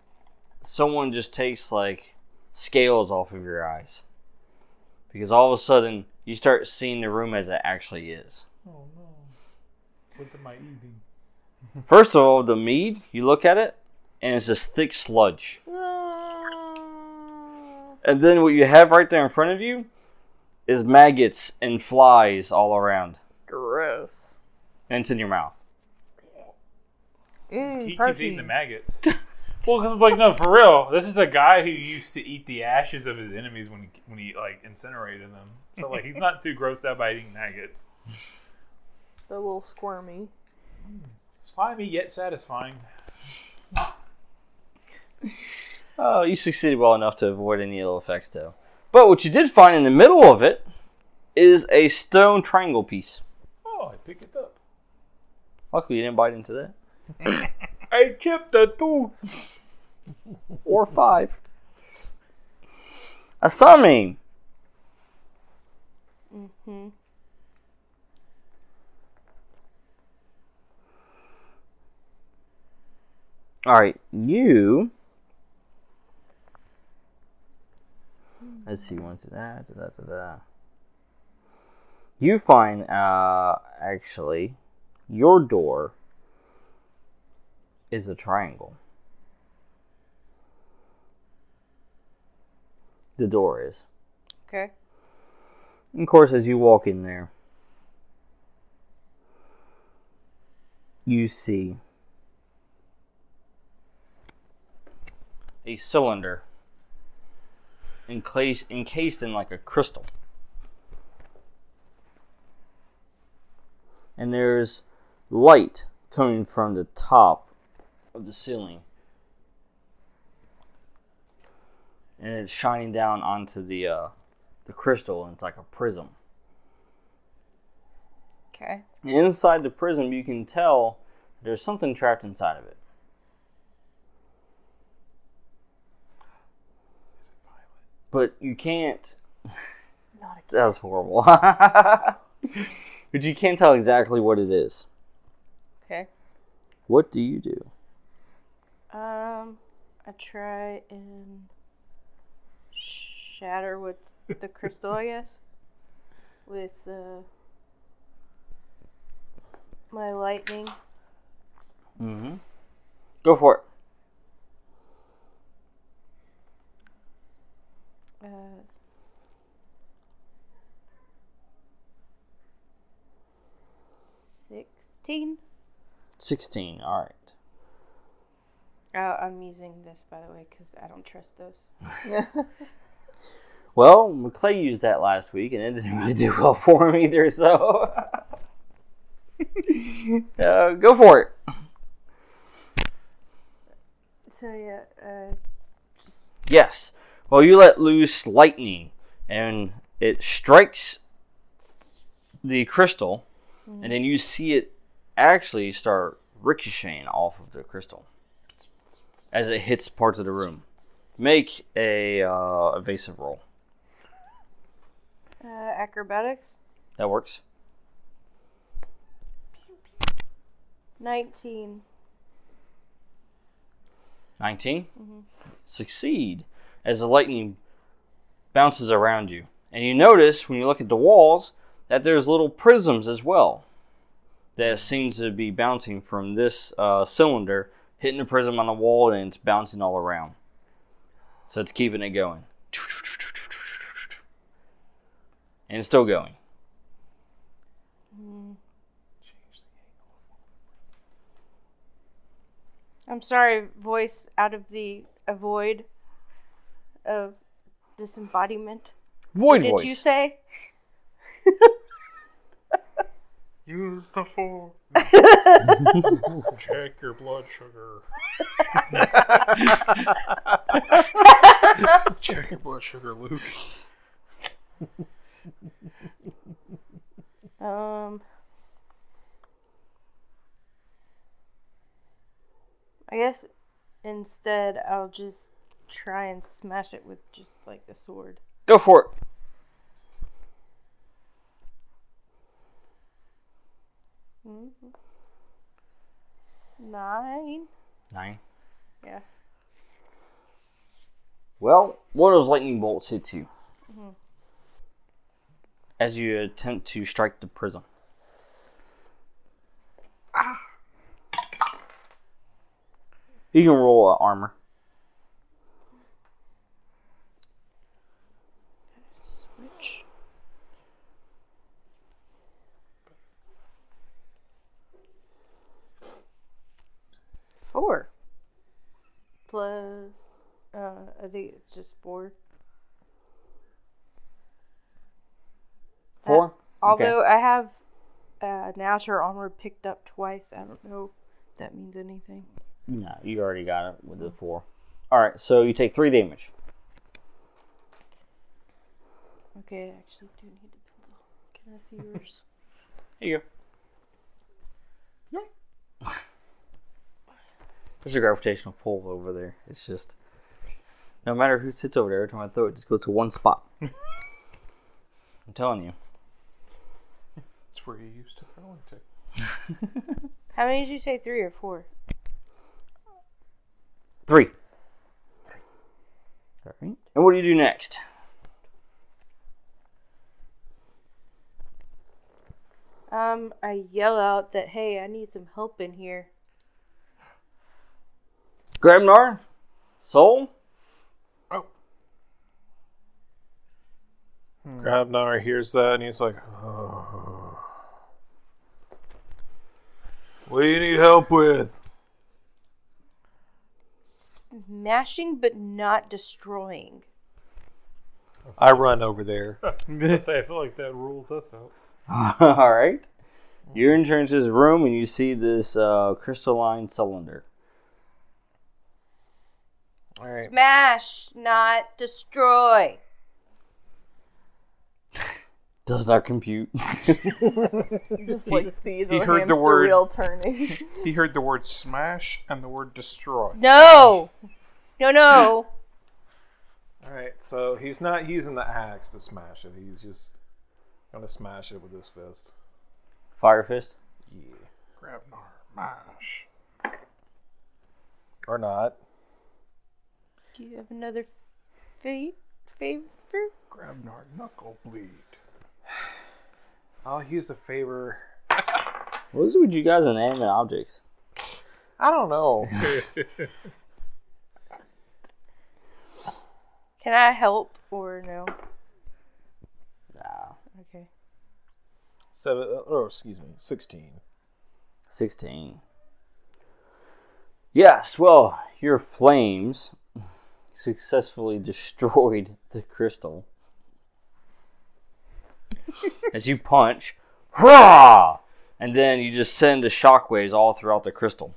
B: someone just takes like scales off of your eyes, because all of a sudden you start seeing the room as it actually is.
G: Oh no. What am I eating?
B: First of all, the mead, you look at it, and it's this thick sludge. And then what you have right there in front of you is maggots and flies all around.
D: Gross.
B: And it's in your mouth.
D: Mm,
G: He keeps
D: protein.
G: eating the maggots. well, because it's like, no, for real. This is a guy who used to eat the ashes of his enemies when he, when he like, incinerated them. So, like, he's not too grossed out by eating maggots.
D: They're a little squirmy. [LAUGHS]
G: Slimy yet satisfying.
B: Oh, you succeeded well enough to avoid any ill effects, though. But what you did find in the middle of it is a stone triangle piece.
G: Oh, I pick it up.
B: Luckily, you didn't bite into that.
G: I chipped a tooth.
B: Or five. Asami,
E: Mm-hmm.
B: All right, you. Let's see. One, two, da, da, da, da, da. You find uh, actually your door is a triangle. The door is.
E: Okay.
B: And of course, as you walk in there, you see a cylinder encased, encased in like a crystal. And there's light coming from the top of the ceiling. And it's shining down onto the uh, the crystal and it's like a prism.
E: Okay.
B: And inside the prism, you can tell there's something trapped inside of it. But you can't. [LAUGHS] that was horrible. but you can't tell exactly what it is.
E: Okay.
B: What do you do?
E: Um, I try and shatter with the crystal, I guess, with uh, my lightning.
B: Mm-hmm. Go for it.
E: Uh, Sixteen.
B: 16. All right.
E: Oh, I'm using this by the way because I don't trust those.
B: Well, McClay used that last week, and it didn't [LAUGHS] really do well for him either. So, [LAUGHS] uh, go for it.
E: So yeah, uh,
B: Yes. Well, you let loose lightning, and it strikes the crystal, and then you see it actually start ricocheting off of the crystal as it hits parts of the room. Make a uh, evasive roll.
E: uh, acrobatics.
B: That works.
E: Nineteen. Mm-hmm.
B: 19 succeed as the lightning bounces around you And you notice when you look at the walls that there's little prisms as well that seems to be bouncing from this uh, cylinder, hitting the prism on the wall, and it's bouncing all around. So it's keeping it going. And it's still going.
E: I'm sorry, voice out of the void of disembodiment.
B: Void
E: Did
B: voice.
E: you say?
G: Use the fork. [LAUGHS] Check your blood
C: [LAUGHS]
G: sugar. Check your blood sugar, Luke.
E: Um, I guess instead I'll just try and smash it with just like the sword.
B: Go for it.
E: Nine.
B: Nine.
E: Yeah.
B: Well, one of those lightning bolts hits you as you attempt to strike the prism. You can roll uh, armor.
E: Switch. Four. Plus, uh, I think it's just four.
B: Four.
E: Although I have uh, Nature armor picked up twice. I don't know if that means anything.
B: No, you already got it with the four. All right, so you take three damage.
E: Okay, I actually do need a pencil. Can I see yours?
B: Here you go. There's a gravitational pull over there. It's just no matter who sits over there, every time I throw it, it just goes to one spot. I'm telling you.
C: That's where you used to throw into.
E: [LAUGHS] How many did you say? Three or four?
B: Three. All right. And what do you do next?
E: Um, I yell out that, hey, I need some help in here.
B: Gramnar? Soul? [LAUGHS]
C: Oh,
F: Grabnar hears that and he's like, oh. What do you need help with?
E: Smashing but not destroying.
F: I run over
G: [LAUGHS]
F: there.
G: I say, I feel like that rules us out.
B: All right. You enter into this room and you see this uh, crystalline cylinder.
E: Smash, not destroy.
B: Does not compute. [LAUGHS]
D: You [LAUGHS] just like see the
C: he heard the
D: hamster
C: word.
D: wheel
C: [LAUGHS]
D: turning.
C: he heard the word smash and the word destroy.
E: No! No, no.
F: All right, so he's not using the axe to smash it. He's just gonna smash it with his fist.
B: Fire fist.
F: Yeah,
C: Grabnar, mash.
F: or not?
E: Do you have another fa- favor?
C: Grabnar, knuckle bleed.
F: I'll use the favor.
B: What is it with you guys and animate objects?
F: I don't [LAUGHS] know.
E: Can I help or no?
B: Nah.
E: Okay.
F: Seven. Oh, excuse me. Sixteen.
B: 16. Yes, well, your flames successfully [LAUGHS] destroyed the crystal. As you punch, hurrah! And then you just send the shockwaves all throughout the crystal.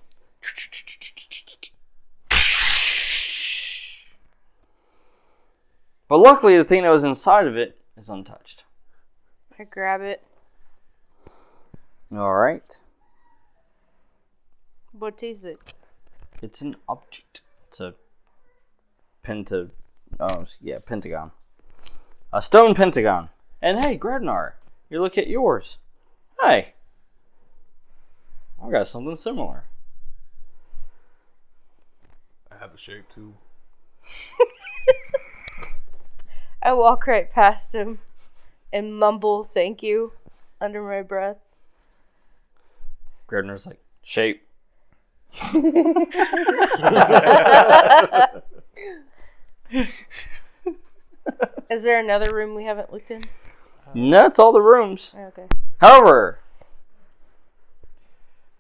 B: But luckily, the thing that was inside of it is untouched.
E: I grab it.
B: All right.
E: What is it?
B: It's an object. It's a penta. Oh yeah, pentagon. A stone pentagon. And hey, Grednar, you look at yours. Hey, I got something similar.
F: I have a shape too.
E: I walk right past him and mumble thank you under my breath.
B: Gardner's like, shape.
E: Is there another room we haven't looked in? Oh,
B: And that's all the rooms.
E: Okay.
B: However,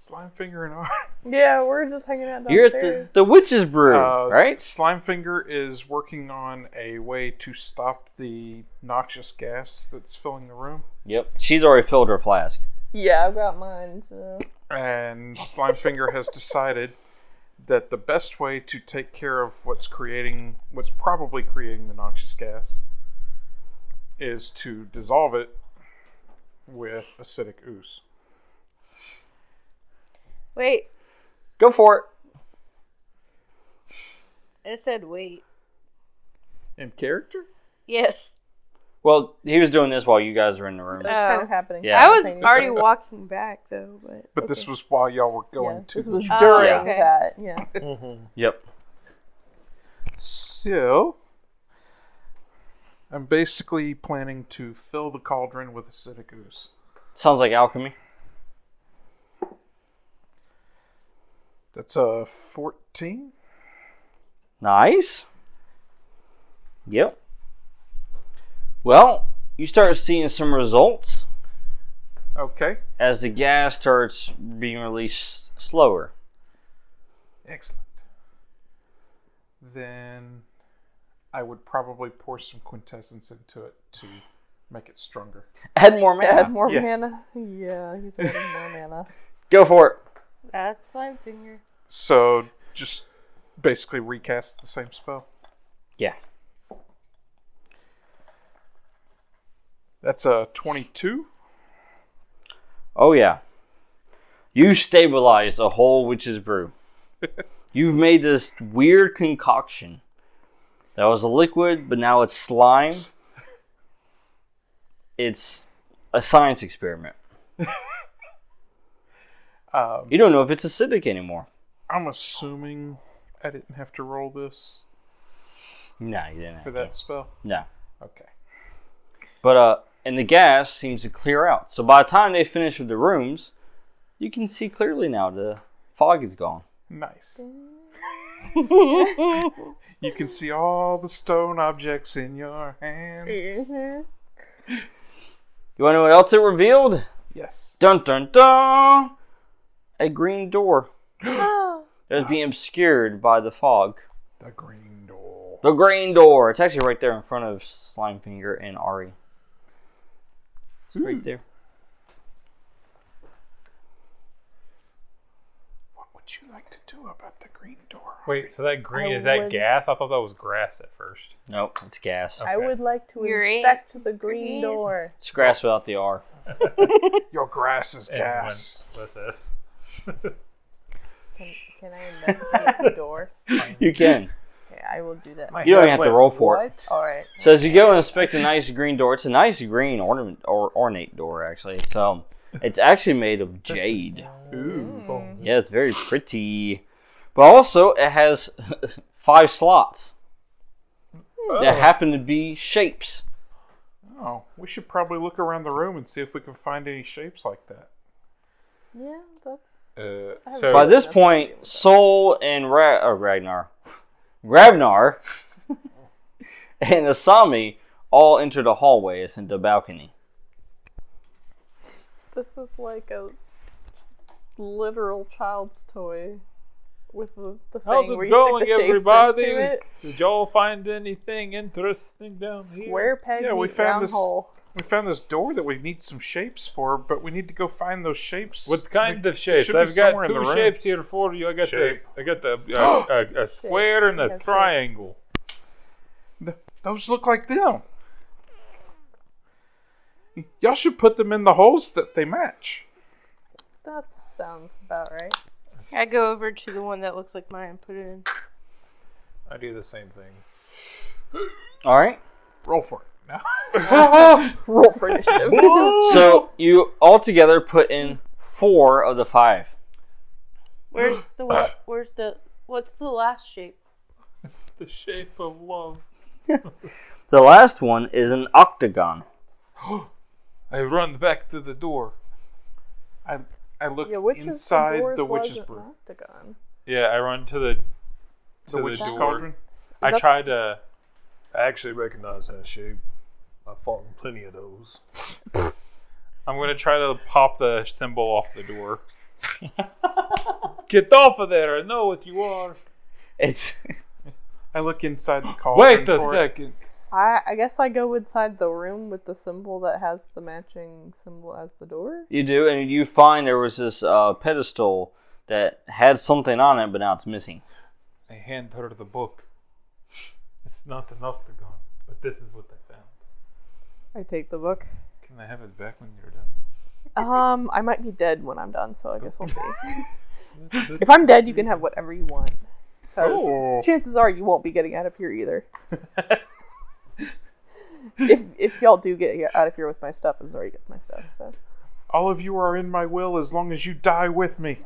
C: Slimefinger and R.
D: Yeah, we're just hanging out
B: you're at the,
D: downstairs.
B: the witch's brew,
C: Uh,
B: right?
C: Slimefinger is working on a way to stop the noxious gas that's filling the room.
B: Yep. She's already filled her flask.
D: Yeah, I've got mine. So.
C: And Slimefinger has decided that the best way to take care of what's creating, what's probably creating the noxious gas, is to dissolve it with acidic ooze.
E: Wait,
B: Go for it.
E: I said wait.
C: In character?
E: Yes.
B: Well, he was doing this while you guys were in the room.
D: That's
E: Oh.
D: kind of happening.
B: Yeah.
E: I was
D: Simultaneously.
E: already walking back though, but
C: But this was while y'all were going
D: Yeah,
C: to.
D: this
C: the
D: was
C: sh-
E: Oh,
D: during
E: okay.
D: that. Yeah.
B: Yep.
C: so, I'm basically planning to fill the cauldron with acidic ooze.
B: Sounds like alchemy.
C: That's a 14.
B: Nice. Yep. Well, you start seeing some results
C: Okay.
B: as the gas starts being released slower.
C: Excellent. Then I would probably pour some quintessence into it to make it stronger.
B: Add more mana.
D: Add more
C: Yeah.
D: mana. Yeah, he's adding more
C: [LAUGHS]
D: mana.
B: Go for it.
E: that's slime finger.
C: So just basically recast the same spell.
B: Yeah.
C: That's a 22.
B: Oh yeah. You stabilized a whole witch's [LAUGHS] brew. You've made this weird concoction. That was a liquid, but now it's slime. It's a science experiment.
C: Um,
B: You don't know if it's acidic anymore.
C: I'm assuming I didn't have to roll this
B: No, you didn't.
C: for
B: Have
C: that
B: to.
C: spell.
B: No.
C: Okay.
B: But uh and the gas seems to clear out. So by the time they finish with the rooms, you can see clearly now the fog is gone.
C: Nice. you can see all the stone objects in your hands.
D: Mm-hmm.
B: You wanna know what else it revealed?
C: Yes.
B: Dun dun dun! A green door. that was being obscured by the fog.
C: The green door.
B: The green door. It's actually right there in front of Slimefinger and Ari. It's right there.
C: What would you like to do about the green door?
G: Wait, so that green
D: I
G: is that
D: would-
G: gas? I thought that was grass at first.
B: Nope, it's gas.
G: I would
D: like to
E: You're in. inspect
D: the
E: green door.
B: It's grass without the R.
C: Your grass is
G: And
C: gas.
G: when- What's this?
D: Can, can I investigate the door?
C: [LAUGHS]
D: Okay,
B: You can.
D: I will do that.
B: You don't even have to roll for it.
D: All right.
B: So as you go and inspect the nice green door, it's a nice green ornament or ornate door actually. It's um, it's actually made of jade.
F: Mm.
G: Ooh.
B: Yeah, it's very pretty, but also it has [LAUGHS] five slots that happen to be shapes.
C: Oh, we should probably look around the room and see if we can find any shapes like that.
D: Yeah, that's.
G: Uh,
B: By
G: so
B: this point, Sol and Ra- oh, Ragnar, Ragnar, [LAUGHS] and Asami all enter the hallway. It's in the balcony.
D: This is like a literal child's toy with the, the
G: How's
D: thing
G: it
D: where you
G: going,
D: stick the shapes
G: everybody?
D: into it.
G: did y'all find anything interesting down
D: Square peg.
C: Yeah, we
D: meets
C: found
D: round
C: this-
D: hole.
C: We found this door that we need some shapes for, but we need to go find those shapes.
G: here? What kind
C: They-
G: of shapes?
C: should be
G: I've
C: somewhere
G: got
C: in the
G: two
C: room.
G: shapes here for you. I got the I got the
C: [GASPS]
G: uh, a, a square and a
D: Shapes.
G: triangle.
C: Th- those look like them. Y'all should put them in the holes that they match.
D: That sounds about
C: [LAUGHS]
D: right.
E: I go over to the one that looks like mine and put it in.
F: I do the same thing.
B: All right.
C: Roll for it. [LAUGHS]
G: [LAUGHS]
C: No.
D: Roll for initiative.
B: So you all together put in four of the five.
E: Where's
B: [GASPS]
E: the what? Where's the what's the last shape?
G: It's the shape of love.
B: The last one is an octagon.
G: I run back to the door.
C: I I look
D: Yeah, witches
C: inside
D: doors
C: the
D: was
C: witch's
D: an
C: brew.
D: octagon.
G: Yeah, I run to the to
C: The
G: the,
C: witch's
G: door.
C: cauldron.
G: I
D: that-
G: try to.
F: I actually recognize that shape. I've fought in plenty
C: [LAUGHS]
F: of those.
G: I'm gonna try to pop the symbol off the door. [LAUGHS] Get off of there! I know what you are.
B: It's
C: I look inside the cauldron.
G: Wait a
C: for it.
G: second.
D: I, I guess I go inside the room with the symbol that has the matching symbol as the door.
B: you do, and you find there was this uh, pedestal that had something on it, but now it's missing.
G: I hand her the book. It's not an octagon, but this is what I found.
D: I take the book.
G: Can I have it back when you're done?
D: [LAUGHS] Um, I might be dead when I'm done, so I
B: [LAUGHS]
D: guess we'll see. if I'm dead, you can have whatever you want. 'Cause
C: Oh.
D: chances are you won't be getting out of here
B: [LAUGHS]
D: either. if if y'all do get out of here with my stuff, Azori gets my stuff. So
C: All of you are in my will as long as you die with me.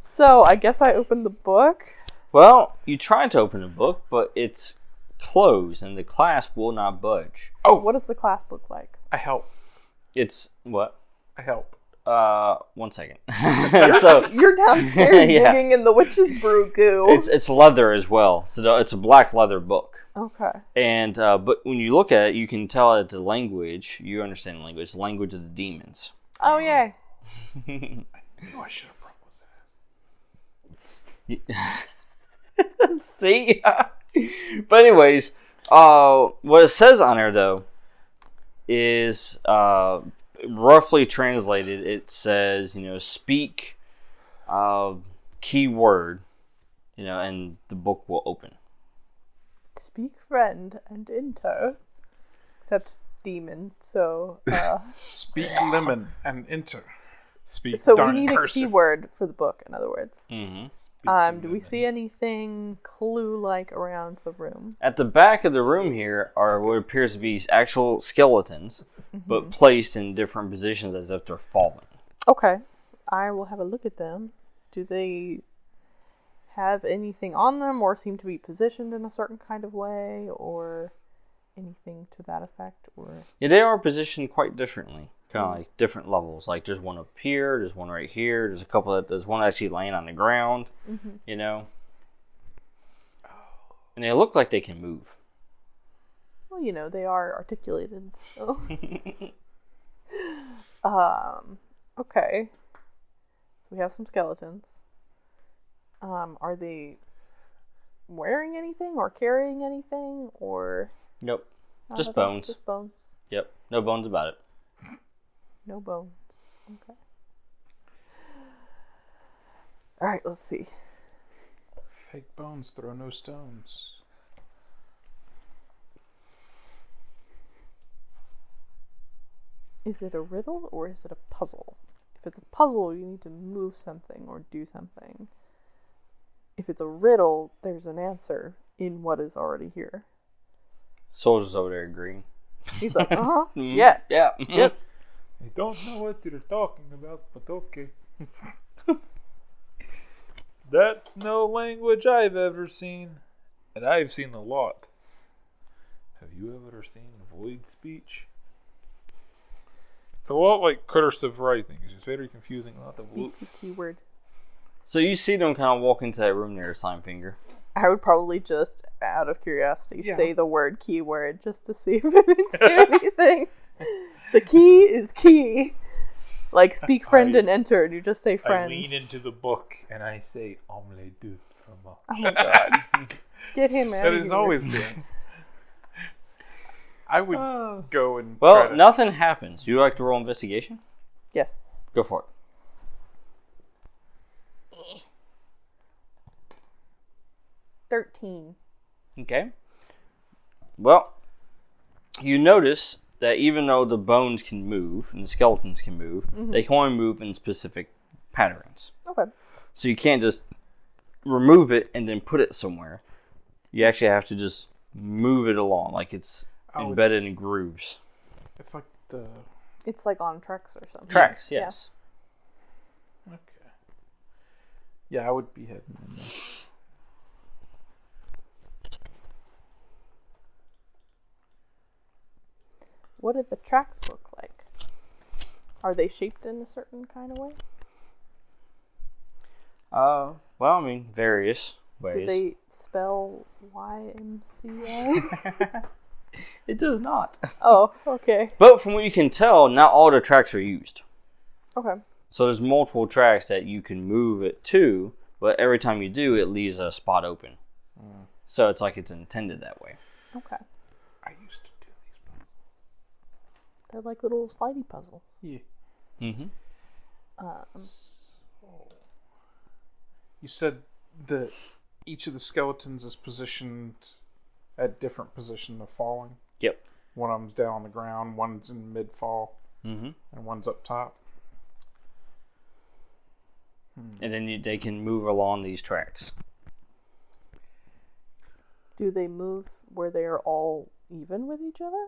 D: so I guess I open the book.
B: Well, you tried to open a book, but it's closed, and the clasp will not budge.
D: What does the class look like?
C: I help.
B: It's what?
C: I help.
B: Uh, one second. [LAUGHS] so
D: You're downstairs
B: Oh. [LAUGHS] Yeah.
D: digging in the witch's brew goo.
B: it's it's leather as well. So the- it's a black leather book.
D: Okay.
B: And uh, but when you look at it, you can tell that the language you understand the language, it's the language of the demons. [LAUGHS]
D: Oh yay.
C: No, I should have proposed
B: [LAUGHS]
C: that.
B: See, but anyways, uh, what it says on there though is uh, roughly translated. It says you know speak, uh, key word, you know, and the book will open.
D: Speak friend and into. Except demon, so uh
C: Speak lemon and enter.
G: Speak.
D: so
C: Darn
D: we need
C: cursive.
D: a keyword for the book, in other words.
B: Mm-hmm.
D: Um, do we see anything clue like around the room?
B: At the back of the room here are what appears to be actual skeletons, but placed in different positions as if they're falling.
D: Okay. I will have a look at them. Do they have anything on them or seem to be positioned in a certain kind of way or anything to that effect or
B: Yeah, they are positioned quite differently, kind of like different levels. Like there's one up here, there's one right here, there's a couple that there's one actually laying on the ground, you know. And they look like they can move. [LAUGHS]
D: well, you know, they are articulated, so. um, okay. So we have some skeletons. Um, are they wearing anything or carrying anything or
B: Nope.
D: not
B: Just
D: at all?
B: bones.
D: Just bones.
B: Yep. No bones about it.
D: No bones. Okay. All right, let's see.
C: Fake bones throw no stones.
D: Is it a riddle or is it a puzzle? If it's a puzzle, you need to move something or do something. If it's a riddle, there's an answer in what is already here.
B: Soldiers over there agreeing.
D: He's
B: [LAUGHS]
D: like, uh huh,
B: Mm,
D: yeah.
B: [LAUGHS] Yeah.
D: Yep.
G: I don't know what you're talking about, but okay. [LAUGHS] That's no language I've ever seen, and I've seen a lot. Have you ever seen void speech? It's a lot like cursive writing. It's just very confusing. Lots of
D: Speak the
G: loops.
D: [LAUGHS] keyword.
B: So you see them kind of walk into that room there, Slimefinger.
D: I would probably just, out of curiosity,
C: Yeah.
D: say the word keyword just to see
C: [LAUGHS]
D: [LAUGHS] if it's anything. The key is key. Like, speak friend
G: I-
D: and enter, and you just say friend.
G: I lean into the book and I say omelette du fromage.
D: Oh
F: [LAUGHS]
D: my god. Get him out
C: That
D: of
C: is
D: here.
C: always
D: [LAUGHS]
C: the answer. I would go and try
B: Well,
C: to-
B: nothing happens. You like to roll investigation?
D: Yes.
B: Go for it.
D: Thirteen.
B: Okay. Well, you notice that even though the bones can move and the skeletons can move,
D: Mm-hmm.
B: they can only move in specific patterns.
D: Okay.
B: So you can't just remove it and then put it somewhere. You actually have to just move it along, like it's
C: Oh,
B: embedded
C: it's-
B: in grooves.
C: It's like the.
D: It's like on tracks or something.
B: Tracks,
D: Yeah.
B: yes.
C: Okay. Yeah, I would be heading in there.
D: What do the tracks look like? Are they shaped in a certain kind of way?
B: Uh, well, I mean, various
D: Do
B: ways.
D: they spell
C: [LAUGHS]
D: YMCA?
B: it does not.
D: oh, okay.
B: But from what you can tell, not all the tracks are used.
D: Okay.
B: So there's multiple tracks that you can move it to, but every time you do, it leaves a spot open. Mm. So it's like it's intended that way.
D: Okay.
C: I used to do these.
D: They're like little slidey puzzles.
B: Mm-hmm.
D: Um,
C: You said that each of the skeletons is positioned at different position of falling.
B: Yep.
C: One of them's down on the ground, one's in mid fall,
B: Mm-hmm.
C: and one's up top.
B: And then you, they can move along these tracks.
D: do they move where they are all even with each other?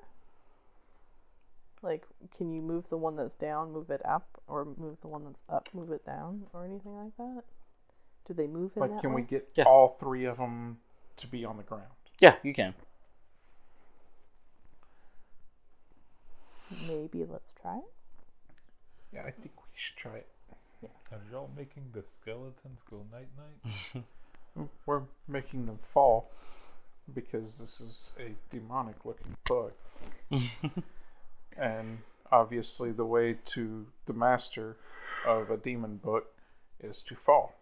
D: Like, can you move the one that's down, move it up, or move the one that's up, move it down, or anything like that? Do they move in
C: Like,
D: that
C: can we
D: way?
C: get
B: Yeah.
C: all three of them to be on the ground?
B: Yeah, you can.
D: Maybe let's try it.
C: Yeah, I think we should try it.
G: Are y'all making the skeletons go night night?
C: [LAUGHS] We're making them fall because this is a demonic looking bug. and obviously, the way to the master of a demon book is to fall.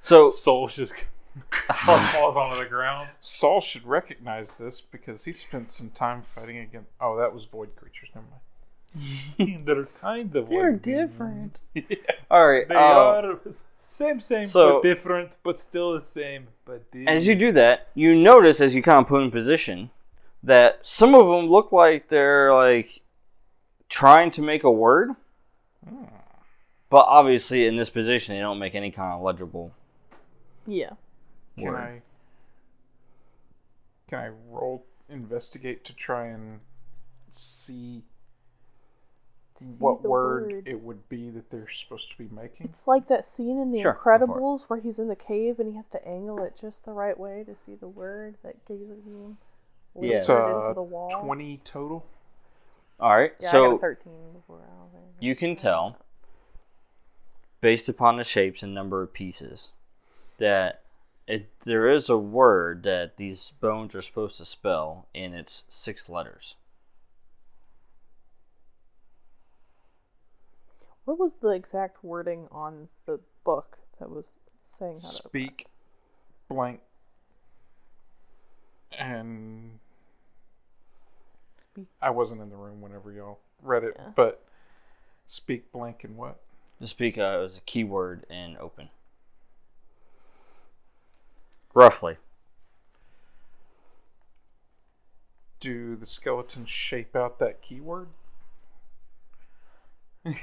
B: So
G: Soul's just [LAUGHS] falls onto the ground.
C: Saul should recognize this because he spent some time fighting against. Oh, that was void creatures. Never mind.
G: They're kind of
B: They're [LAUGHS]
G: like
B: different.
G: demons.
B: all right.
G: They
B: uh,
G: are same, same,
B: so-
G: but different, but still the same. But the,
B: As you do that, you notice as you kind of put in position that some of them look like they're like trying to make a word, Hmm. but obviously in this position they don't make any kind of legible
D: Yeah.
C: Can
B: word.
C: I? Can I roll investigate to try and see what
D: the
C: word,
D: word.
C: it would be that they're supposed to be making?
D: It's like that scene in The
B: Sure, go for it.
D: Incredibles where he's in the cave and he has to angle it just the right way to see the word that gazes at him.
B: Yeah.
D: It's
C: It's
D: into
C: uh,
D: the wall.
C: twenty total.
B: All right.
D: Yeah, I got a
B: so
D: 13 before I was there.
B: you can tell based upon the shapes and number of pieces that it, there is a word that these bones are supposed to spell and it's six letters.
D: What was the exact wording on the book that was saying how to open it?
C: Speak blank and
D: Speak.
C: I wasn't in the room whenever y'all read it,
D: Yeah.
C: but speak blank and what?
B: To speak uh, is a keyword in open. Roughly.
C: Do the skeletons shape out that keyword?
B: It's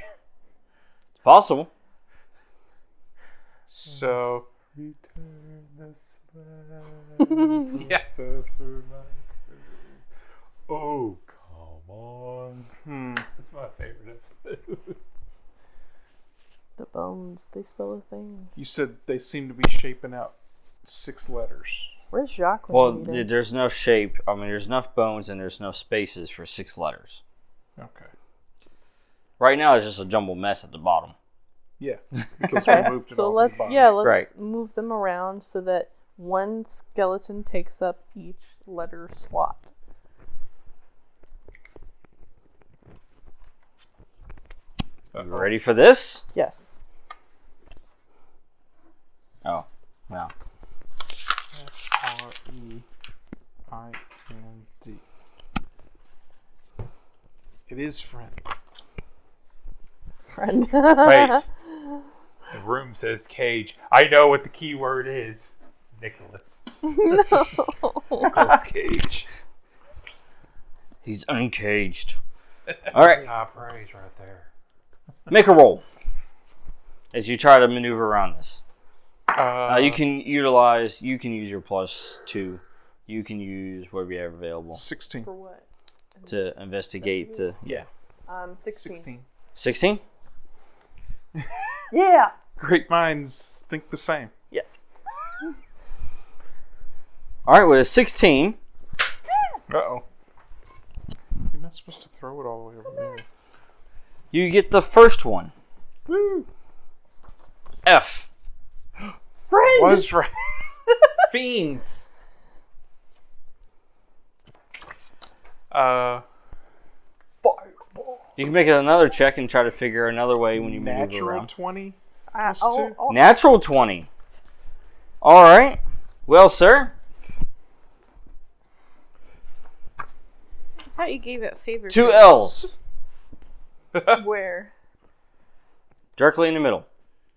B: possible.
G: [LAUGHS]
C: So [LAUGHS]
G: return the smile.
C: Yeah.
G: Suffer my curse. Oh come on!
C: hmm,
G: That's my favorite episode. [LAUGHS]
D: The bones, they spell a thing.
C: you said they seem to be shaping out six letters.
D: Where's Jacques? when
B: Well,
D: you need
B: th-
D: him?
B: there's enough shape. I mean, there's enough bones and there's enough spaces for six letters.
C: Okay.
B: Right now, it's just a jumbled mess at the bottom.
C: Yeah. Because
D: [LAUGHS] Okay,
C: we moved it
D: so
C: all
D: let's
C: to the bottom.
D: yeah, let's
B: Right.
D: move them around so that one skeleton takes up each letter slot.
B: You ready for this?
D: Yes.
B: Oh, no.
C: R E I N D. It is friend.
D: Friend.
B: [LAUGHS]
D: [LAUGHS]
G: Wait. The room says cage. I know what the key word is. Nicholas. Nicholas Cage.
B: He's uncaged. All right,
F: Top Ah, praise right there.
B: make a roll as you try to maneuver around this. Uh, you can utilize. You can use your plus two. You can use whatever you have available
C: 16.
D: For what?
B: to investigate. To yeah,
D: Um 16.
C: 16.
B: sixteen.
D: Yeah.
C: Great minds think the same.
D: Yes.
B: All right, with a sixteen,
C: Uh oh. not supposed to throw it all the way over there.
B: You get the first one. F.
C: Was right. [LAUGHS] Fiends. Uh,
B: You can make another check and try to figure another way when you maneuver
C: natural
B: around.
C: twenty.
E: Uh,
D: Ah,
C: Just
D: oh,
C: two.
D: oh,
B: Natural 20. All right. Well, sir,
E: I thought you gave it favor.
B: two
E: first.
B: L's
D: where
B: directly in the middle.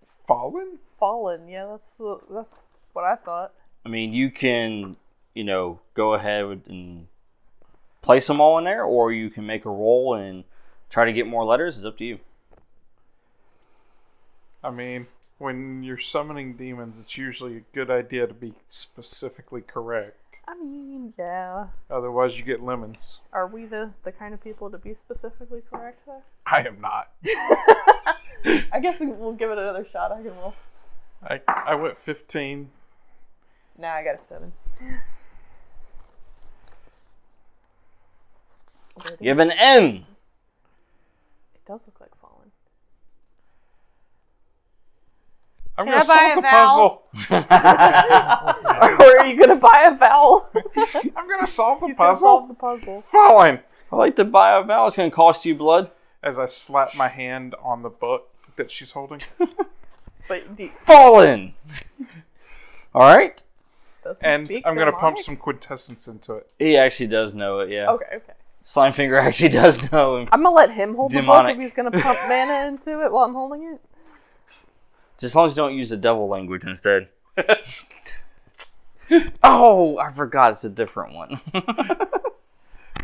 C: Fallen.
D: fallen? Yeah, that's the that's what I thought.
B: I mean, you can, you know, go ahead with- and place them all in there, or you can make a roll and try to get more letters. It's up to you.
C: I mean, when you're summoning demons, it's usually a good idea to be specifically correct.
D: I mean, yeah.
C: Otherwise, you get lemons.
D: Are we the the kind of people to be specifically correct there?
C: I am not.
D: I guess we- we'll give it another shot. I can roll.
C: I I went fifteen.
D: Nah, I got a seven.
B: You have an N.
D: It does look like [LAUGHS] fallen.
C: I'm
E: Can
C: gonna
E: I buy
C: solve
E: a
C: the
E: vowel?
C: puzzle.
D: or are you gonna buy a [LAUGHS] vowel?
C: [LAUGHS] I'm gonna solve the
D: Gonna Solve
C: puzzle.
D: the puzzle.
C: Fallen.
B: I like to buy a vowel. It's going to cost you blood.
C: As I slap my hand on the book that she's holding.
D: But do,
B: Fallen. [LAUGHS] all right.
D: does he
C: and
D: speak
C: I'm going to pump
D: demonic?
C: some quintessence into it.
B: He actually does know it, yeah.
D: Okay, okay.
B: Slimefinger [LAUGHS] actually does know him.
D: I'm gonna let him hold the
B: Demonic.
D: book if he's gonna
C: [LAUGHS]
D: pump mana into it while I'm holding it.
B: Just as long as you don't use the devil language instead. [LAUGHS] oh, I forgot it's a different one. [LAUGHS]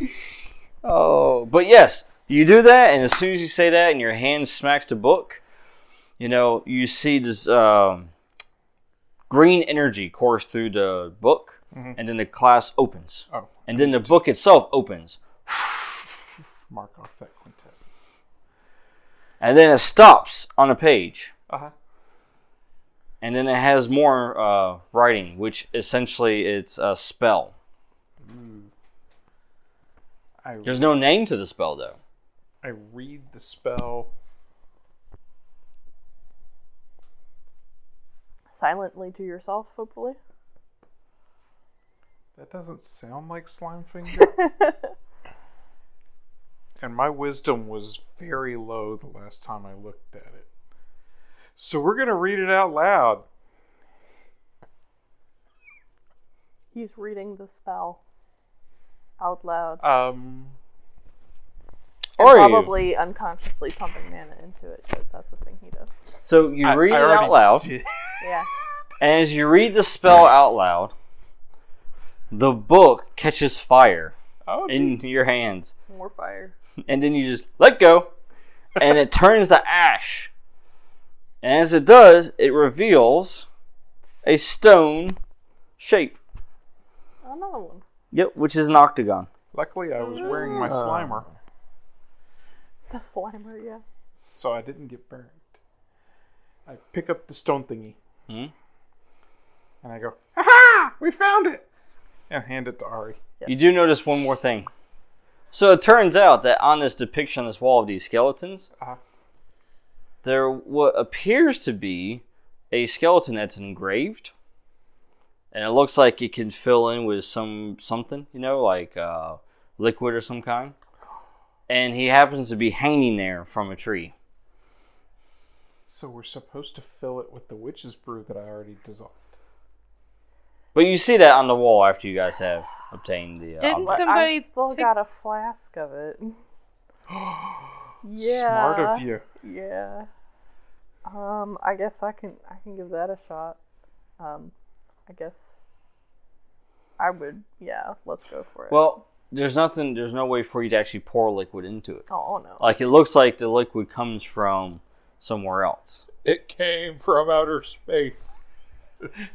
B: oh, but yes, you do that, and as soon as you say that, and your hand smacks the book, you know you see this um, green energy course through the book, and then the class opens,
C: Oh,
B: and then the book itself opens,
C: mark off that quintessence.
B: and then it stops on a page.
C: Uh huh.
B: and then it has more uh, writing, which essentially it's a spell.
C: I,
B: There's no name to the spell though.
C: I read the spell.
D: Silently to yourself, hopefully.
C: That doesn't sound like slime finger. and my wisdom was very low the last time I looked at it. So we're going to read it out loud.
D: He's reading the spell out loud.
C: Um,
D: And
B: Are you?
D: probably unconsciously pumping mana into it because that's the thing he does.
B: So you
C: I-
B: read
C: I
B: it
C: already
B: out loud,
C: did- [LAUGHS]
D: Yeah.
B: and as you read the spell out loud, the book catches fire
C: Oh,
B: in your hands,
D: More fire.
B: and then you just let go, and it turns to ash. And as it does, it reveals a stone shape.
D: Another one.
B: Yep, which is an octagon.
C: luckily, I was wearing my slimer,
D: The slimer, yeah.
C: so I didn't get burned. I pick up the stone thingy.
B: Hmm?
C: And I go, ha! We found it! And hand it to Ari.
B: You do notice one more thing. So it turns out that on this depiction on this wall of these skeletons,
C: Uh-huh.
B: there what appears to be a skeleton that's engraved, and it looks like it can fill in with some something, you know, like uh, liquid or some kind. And he happens to be hanging there from a tree.
C: So we're supposed to fill it with the witch's brew that I already dissolved.
B: But you see that on the wall after you guys have obtained the. Uh,
E: Didn't
B: object.
D: But
E: Somebody
D: I've still
E: pick-
D: got a flask of it. yeah.
C: Smart of you.
D: Yeah. Um, I guess I can I can give that a shot. Um, I guess I would. Yeah, let's go for it.
B: well, there's nothing. There's no way for you to actually pour liquid into it.
D: oh no.
B: Like it looks like the liquid comes from somewhere else.
G: It came from outer space. it's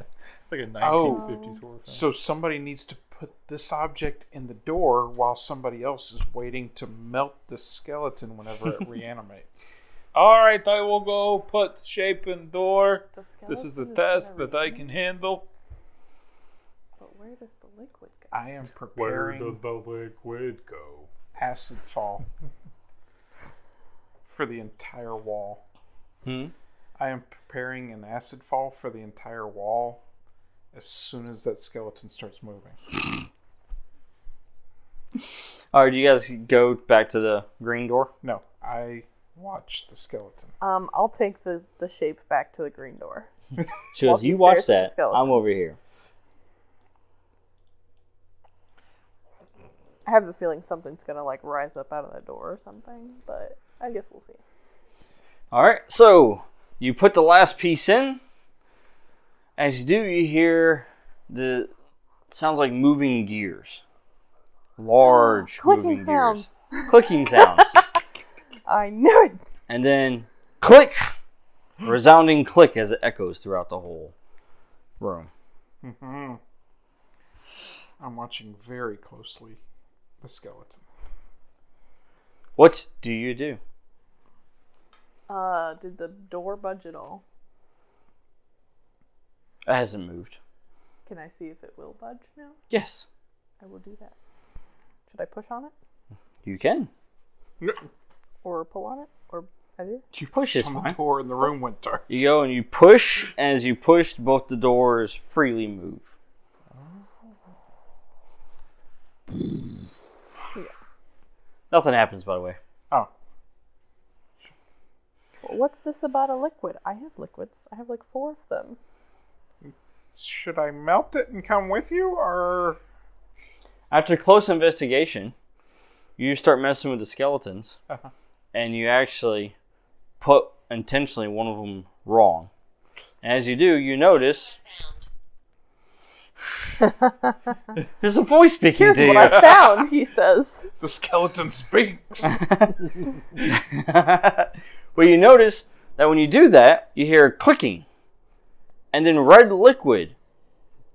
G: like a 1950s
C: Oh.
G: horror film.
C: So somebody needs to put this object in the door while somebody else is waiting to melt the skeleton whenever it reanimates.
G: All right, I will go put shape in door.
D: The
G: This is the
D: skeleton
G: task
D: gonna
G: that I
D: remain,
G: can handle.
D: But where does the liquid go?
C: I am preparing
G: the liquid go?
C: acid fall [LAUGHS] for the entire wall.
B: Hmm?
C: I am preparing an acid fall for the entire wall as soon as that skeleton starts moving.
B: All right, do you guys go back to the green door?
C: No, I watch the skeleton.
D: Um, I'll take the the shape back to the green door.
B: So
D: Walking
B: if you watch
D: stairs to the
B: that,
D: skeleton.
B: I'm over here.
D: I have a feeling something's gonna like rise up out of that door or something, but I guess we'll see.
B: All right, so you put the last piece in. As you do, you hear the sounds like moving gears, large
D: [GASPS] Clicking
B: moving
D: sounds.
B: gears, clicking
D: [LAUGHS]
B: sounds,
D: I knew it.
B: and then click, resounding click as it echoes throughout the whole room.
C: hmm I'm watching very closely the skeleton.
B: What do you do?
D: Uh, did the door budge at all?
B: It hasn't moved.
D: Can I see if it will budge now?
B: Yes,
D: I will do that. Should I push on it
B: you can.
C: [LAUGHS]
D: or pull on it or either?
B: You push it's
C: On
B: fine.
C: the door, and the room went dark.
B: You go and you push, and as you push, both the doors freely move. Nothing happens, by the way.
C: Oh,
D: What's this about a liquid? I have liquids. I have like four of them.
C: should I melt it and come with you, or
B: After close investigation, you start messing with the skeletons,
C: Uh-huh.
B: and you actually put intentionally one of them wrong. And as you do, you notice [LAUGHS] there's a voice speaking
D: Here's
B: to
D: what
B: you. [LAUGHS]
D: I found, he says.
C: the skeleton
B: [LAUGHS]
C: speaks?
B: well, you notice that when you do that, you hear clicking, and then red liquid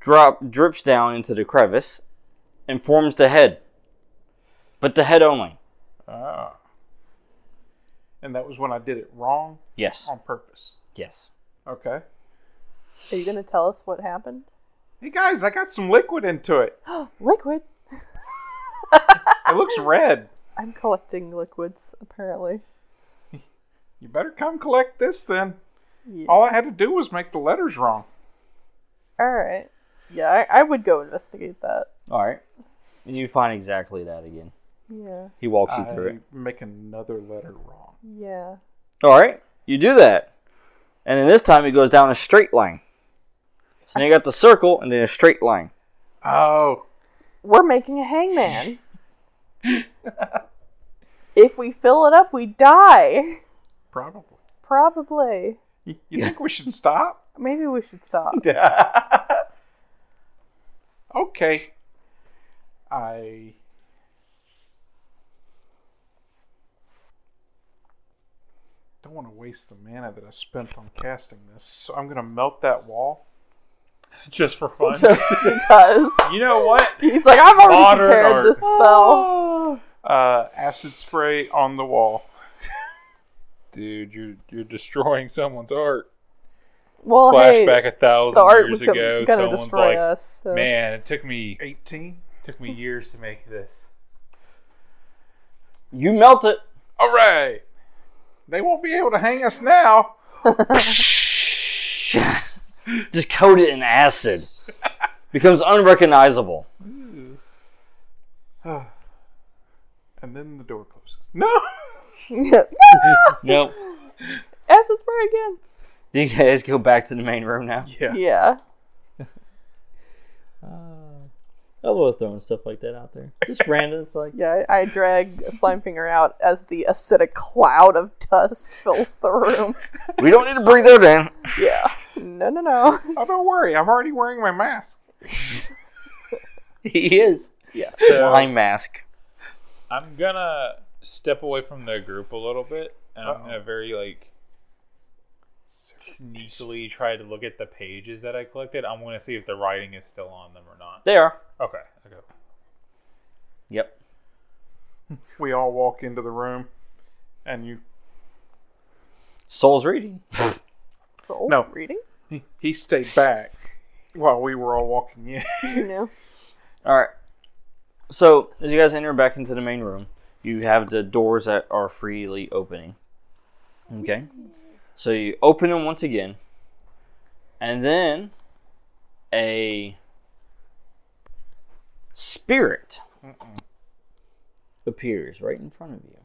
B: drop drips down into the crevice and forms the head, but the head only.
C: ah. And that was when I did it wrong
B: Yes,
C: on purpose.
B: yes.
C: Okay.
D: Are you gonna tell us
B: [GASPS]
D: what happened?
C: Hey guys, I got some liquid into it.
D: Liquid.
C: It looks red.
D: [LAUGHS] I'm collecting liquids apparently.
C: You better come collect this then.
D: Yeah.
C: All I had to do was make the letters wrong.
B: Oh.
D: All right. Yeah, I, I would go investigate that.
B: All right, and you find exactly that again.
D: Yeah.
B: He walks you through
C: I
B: it.
C: make another letter wrong.
D: Yeah.
B: All right, you do that, and then this time it goes down a straight line. So now you got the circle and then a straight line.
C: Oh,
D: We're making
B: [LAUGHS]
D: a hangman. if we fill it up, we die.
C: probably.
D: Probably.
C: You you think we should stop?
D: Maybe we should [LAUGHS] stop.
C: Okay. I don't want to waste the mana that I spent on casting this, so I'm going to melt that wall.
G: Just for fun.
D: Just because.
G: you know what?
D: He's like, I've already
G: Modern
D: prepared
G: art.
D: this spell.
C: [LAUGHS] Uh, acid spray on the wall.
G: Dude, you're you're destroying someone's art.
D: Well, hey,
G: Flashback a thousand
D: the art
G: years
D: was gonna,
G: ago,
D: gonna
G: someone's
D: destroy
G: like,
D: us. So. [LAUGHS]
G: "Man, it took me
C: 18.
G: took me years to make this."
B: You melt it.
C: All right. They won't be able to hang us now.
B: just coat it in acid. Becomes unrecognizable.
C: And then the door closes. No.
G: [LAUGHS]
B: Nope.
D: Acid spray again.
B: Do you guys go back to the main room now?
C: Yeah.
D: Yeah.
B: I Uh, love throwing stuff like that out there. Just random. It's like,
D: Yeah, I, I drag Slime Finger out as the acidic cloud of dust [LAUGHS] fills the room.
B: we don't need to breathe that in.
D: Yeah. No, no, no. [LAUGHS]
C: Oh, don't worry. I'm already wearing my mask.
B: [LAUGHS] He is.
G: So
B: Slime mask.
G: I'm gonna step away from the group a little bit, and I'm
C: Uh-oh.
G: gonna very like sneakily try to look at the pages that I collected. I'm gonna see if the writing is still on them or not.
B: They are.
G: Okay, okay.
B: Yep.
C: We all walk into the room, and you.
B: Soul's reading.
D: Soul
C: No.
D: reading?
C: He stayed back while we were all walking in.
D: No.
B: All right. So as you guys enter back into the main room, you have the doors that are freely opening. Okay? So you open them once again, and then a spirit appears right in front of you.
C: [LAUGHS]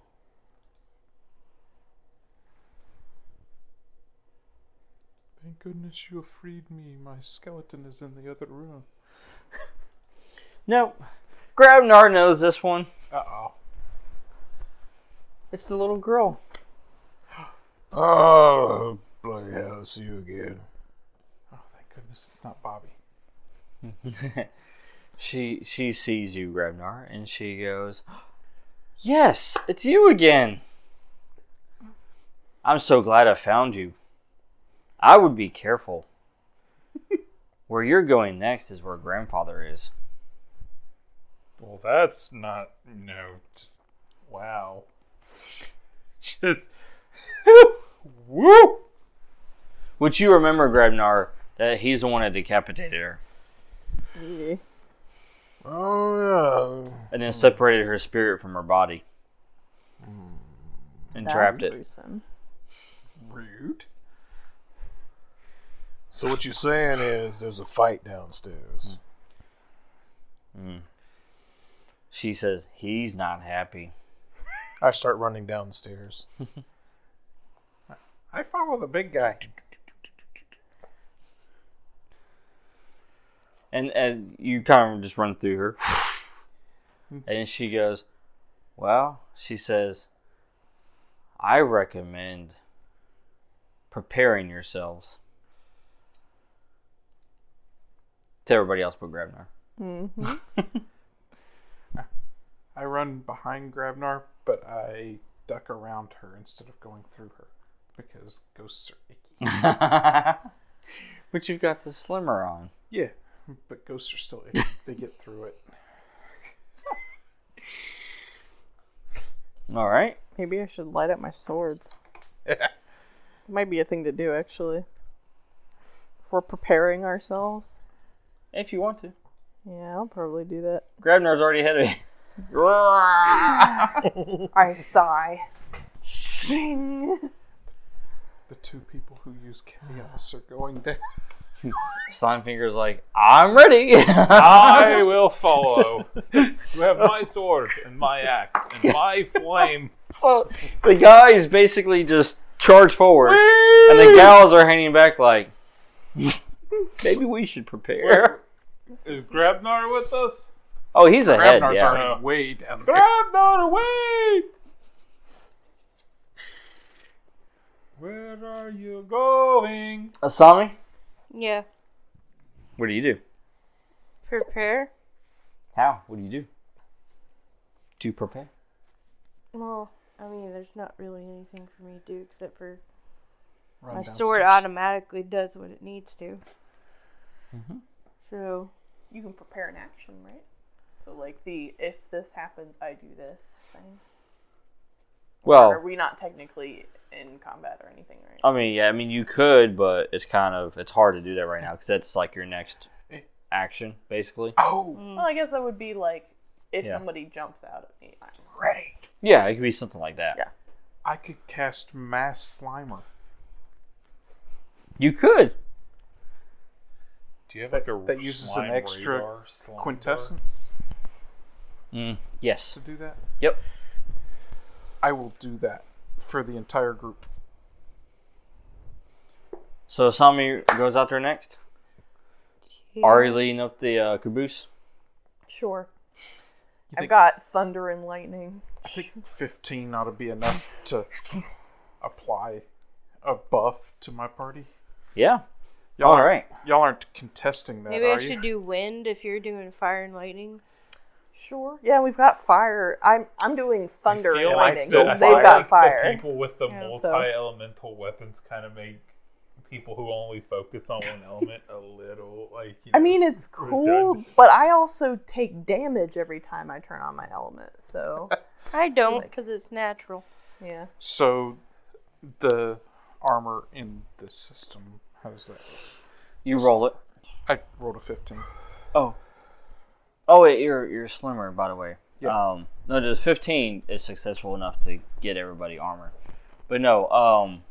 C: Thank goodness you have freed me. My skeleton is in the other room.
B: Nope. Grabnar knows this one.
F: Uh oh.
B: It's the little girl.
F: Oh, bloody hell! See you again.
C: Oh, thank goodness it's not Bobby.
B: [LAUGHS] she she sees you, Grabnar, and she goes, "Yes, it's you again. I'm so glad I found you. I would be careful. where you're going next is where grandfather is.
G: Well, that's not no. Just wow. Just woo.
B: Which you remember, Grabnar, that he's the one that decapitated her
D: Yeah.
F: Oh yeah.
B: and then separated her spirit from her body." And trapped
D: That's
B: it.
D: gruesome.
C: Rude.
F: So what you're saying is there's a fight downstairs.
B: She says, He's not happy.
C: Hmm.
F: I start running down the stairs.
C: [LAUGHS] I follow the big guy.
B: And and you kind of just run through her. and she goes, Well, she says, I recommend preparing yourselves. To everybody else but Grabnar.
D: Mm-hmm.
C: I run behind Grabnar, but I duck around her instead of going through her because ghosts are icky.
B: [LAUGHS] [LAUGHS] but you've got the slimmer on.
C: Yeah, but ghosts are still icky. they get through it.
B: All right.
D: Maybe I should light up my swords.
C: [LAUGHS]
D: Might be a thing to do, actually. If we're preparing ourselves.
B: If you want to.
D: Yeah, I'll probably do that.
B: Grabnar's already ahead of you.
D: I sigh. Shing!
C: The two people who use chaos are going down.
B: Slimefinger's like, I'm ready.
G: [LAUGHS] I will follow. You have my sword and my axe and my flame.
B: [LAUGHS] So the guys basically just charge forward, and the gals are hanging back like, maybe we should prepare.
G: Is Grabnar with us?
B: Oh, he's ahead.
C: Grabnar's
B: yeah.
C: already [LAUGHS] way down there.
G: Grabnar, wait! Where are you going?
B: Asami,
E: Yeah.
B: what do you do?
E: Prepare.
B: How? What do you do? To prepare?
E: Well, I mean, there's not really anything for me to do except for
C: Run
E: my
C: downstairs.
E: sword automatically does what it needs to.
C: Mm-hmm.
E: So
D: You can prepare an action, right? So, like, the if this happens, I do this thing. Are
C: Oh.
B: Well,
D: we not technically in combat or anything, right?
C: Um,
B: I mean, yeah, I mean you could, but it's kind of it's hard to do that right now because that's like your next action, basically.
C: Oh,
E: mm.
D: Well, I guess that would be like if
B: Yeah.
D: somebody jumps out at me. I'm
C: ready.
B: Yeah, it could be something like that.
D: Yeah.
C: I could cast Mass Slimer.
B: You could.
F: Do you have
C: That- that uses an
F: slime
C: extra
F: radar, slime
C: Quintessence
B: Mm, yes.
C: to do that?
B: Yep.
C: I will do that for the entire group.
B: So Asami goes out there next.
E: yeah.
B: Ari leading up the uh, caboose.
D: Sure.
C: You
D: I've
C: think-
D: got thunder and lightning.
C: I think 15 ought to be enough [LAUGHS] to apply a buff to my party.
B: Yeah.
C: Y'all
B: All
C: aren't-
B: right.
C: Y'all aren't contesting that,
E: Maybe
C: are
E: I
C: you?
E: should do wind if you're doing fire and lightning.
D: Sure. Yeah, we've got fire. I'm I'm doing
G: I
D: thunder
G: feel
D: and
G: like
D: lightning.
G: the- I
D: because
G: feel
D: They've
G: like
D: got
G: the
D: fire.
G: people with the
E: Yeah,
D: so-
G: multi-elemental weapons kind of make people who only focus on one element a little like. You
D: I
G: know,
D: mean, it's cool,
G: redundant.
D: but I also take damage every time I turn on my element. So
E: I don't because it's natural.
D: yeah,
C: So, the armor in the system, how's that?
B: You roll it.
C: I rolled a 15.
B: Oh wait, you're you're slimmer, by the way.
F: Yeah.
B: Um, no, the 15 is successful enough to get everybody armor. But no, um,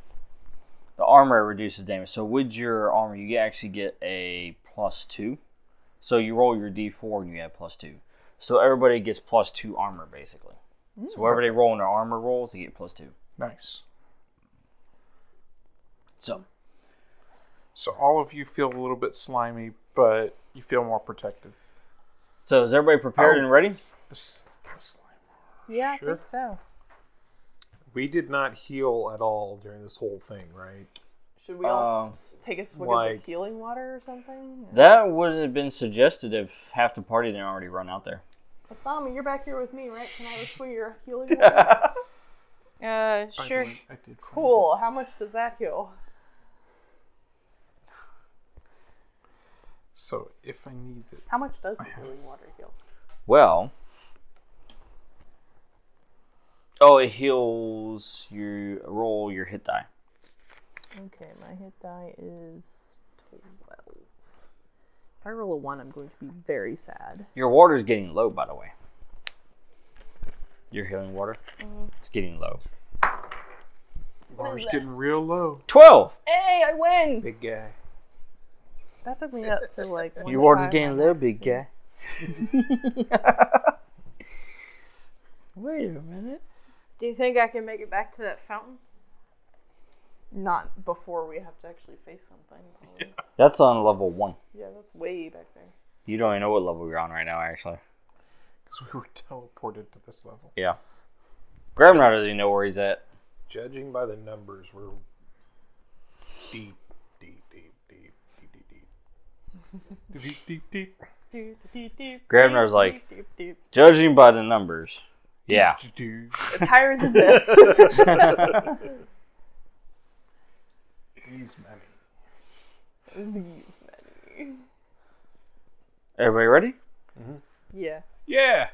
B: the armor reduces damage. So with your armor, you actually get a plus two. So you roll your d4 and you add plus two. So everybody gets plus two armor basically. So wherever they roll in their armor rolls, they get plus two.
C: Nice.
B: So
C: So all of you feel a little bit slimy, but you feel more protected.
B: so is everybody prepared
C: Oh.
B: and ready?
C: This, this slime.
D: Yeah, I
F: Sure.
D: think so.
F: We did not heal at all during this whole thing, right?
B: [LAUGHS]
D: Should we all
B: Um,
D: s- take a swig of
F: like-
D: the healing water or something?
B: That would have been suggested if half the party didn't already run out there.
D: Asami, you're back here with me, right? Can I have a swig of your healing water?
E: Uh,
C: By the
E: sure.
C: way, I did find it.
D: cool. How much does that heal?
C: So if I need it,
D: How much does the healing water heal?
B: Well, oh, it heals you. Roll your hit die.
D: Okay, my hit die is 12. If I roll a 1, I'm going to be very sad.
B: Your water's getting low, by the way. Your healing water. It's getting low.
C: water's getting real low.
B: Twelve.
D: Hey, I win!
F: Big [LAUGHS] guy.
D: That took me up to like. [LAUGHS]
B: Your water's
D: 105
B: getting
D: on
B: low,
D: that,
B: big
D: so-
B: guy. Wait a minute.
E: Do you think I can make it back to that fountain?
D: Not before we have to actually face something. [LAUGHS] Yeah.
B: That's on level one.
D: yeah, that's way back there.
B: You don't even know what level you're on right now, actually.
C: Because we were [LAUGHS] teleported to this level.
B: Yeah. Gravnar doesn't even know where he's at.
F: Judging by the numbers, we're deep, deep, deep, deep, deep, deep, deep.
C: Deep, deep, deep,
D: Doo, doo, doo,
B: Gravnar's
D: doo,
B: like,
D: doo, doo, doo.
B: judging by the numbers. Yeah.
C: doo, doo.
D: It's [LAUGHS] higher
B: [LAUGHS]
D: than this.
C: These many.
D: These many.
B: Everybody ready?
D: Yeah.
G: Yeah.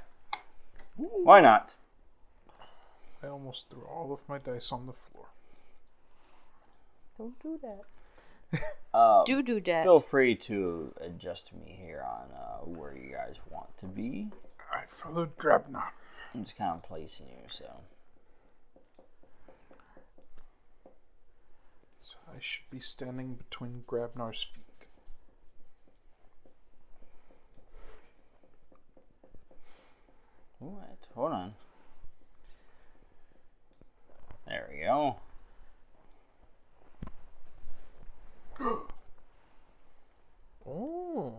B: Why not?
C: I almost threw all of my dice on the floor.
D: Don't do that.
B: Uh,
E: Do do that.
B: feel free to adjust me here on uh, where you guys want to be.
C: I followed Grabnar.
B: I'm just kind of placing you, so.
C: So I should be standing between Grabnar's feet.
B: What? Hold on. There we go.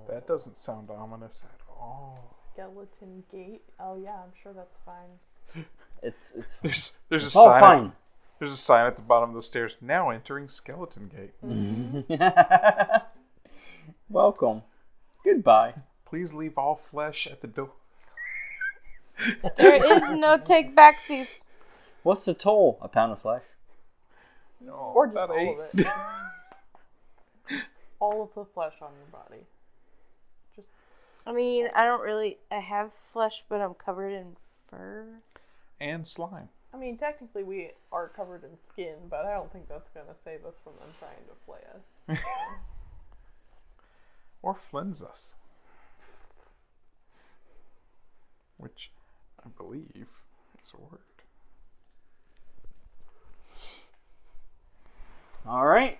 C: That doesn't sound ominous at all.
D: Skeleton gate. Oh, yeah, I'm sure that's fine.
B: It's it's.
C: There's there's
B: It's
C: a
B: all
C: sign.
B: fine.
C: At, there's a sign at the bottom of the stairs. Now entering Skeleton Gate.
B: [LAUGHS] Welcome. Goodbye.
C: Please leave all flesh at the door.
E: There
C: [LAUGHS]
E: is no take back seats.
B: What's the toll? A pound of flesh.
D: Or just
C: about
D: all
C: eight.
D: of it. [LAUGHS] all of the flesh on your body.
E: I mean, I don't really. I have flesh, but I'm covered in fur.
C: And slime.
D: I mean, technically we are covered in skin, but I don't think that's gonna save us from them trying to flay us.
C: Or flins us. Which I believe is a word.
B: All right.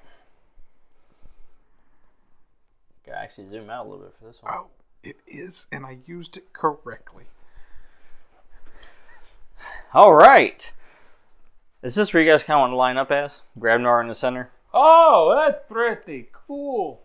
B: Gotta actually zoom out a little bit for this one.
C: Oh, it is, and I used it correctly.
B: All right. Is this where you guys kind of want to line up as? Grabnar in the center.
G: Oh, that's pretty cool.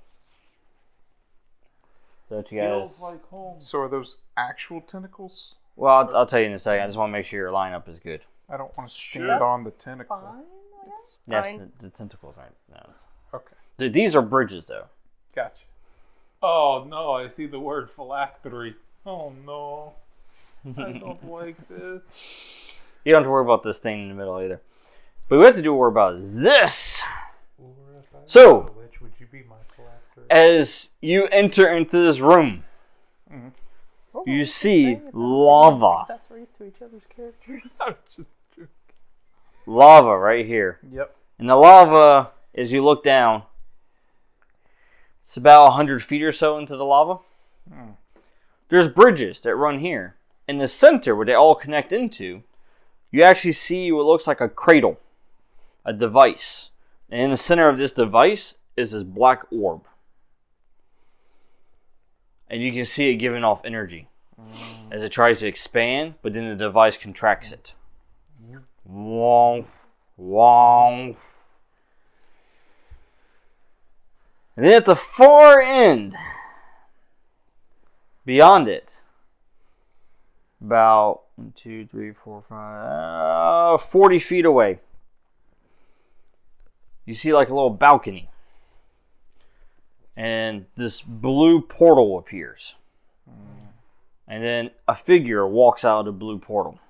B: So what you guys.
G: Feels like home.
C: So are those actual tentacles?
B: Well, I'll, I'll tell you in a second. I just want to make sure your lineup is good.
C: I don't want to stand
G: Sure.
C: on the tentacle.
D: Fine, I guess.
B: Yes,
E: Fine.
B: the, the tentacles aren't. No. it's-
C: Okay,
B: Th- These are bridges, though.
C: gotcha.
G: Oh no, I see the word phylactery. Oh no. I don't like this.
B: You don't have to worry about this thing in the middle either. But we have to do worry about this. So- was
G: which would you be my phylactery?
B: As you enter into this room,
D: What were
B: you
D: we
B: see
D: saying about being
B: lava.
D: Accessories to each other's characters.
B: Lava right here.
C: Yep.
B: And the lava, as you look down, it's about 100 feet or so into the lava. There's bridges that run here in the center where they all connect into, you actually see what looks like a cradle, a device. And in the center of this device is this black orb. And you can see it giving off energy as it tries to expand, but then the device contracts it. Wong, wong. And then at the far end, beyond it, about one, two, three, four, five, uh, 40 feet away, you see like a little balcony. And this blue portal appears. And then a figure walks out of the blue portal.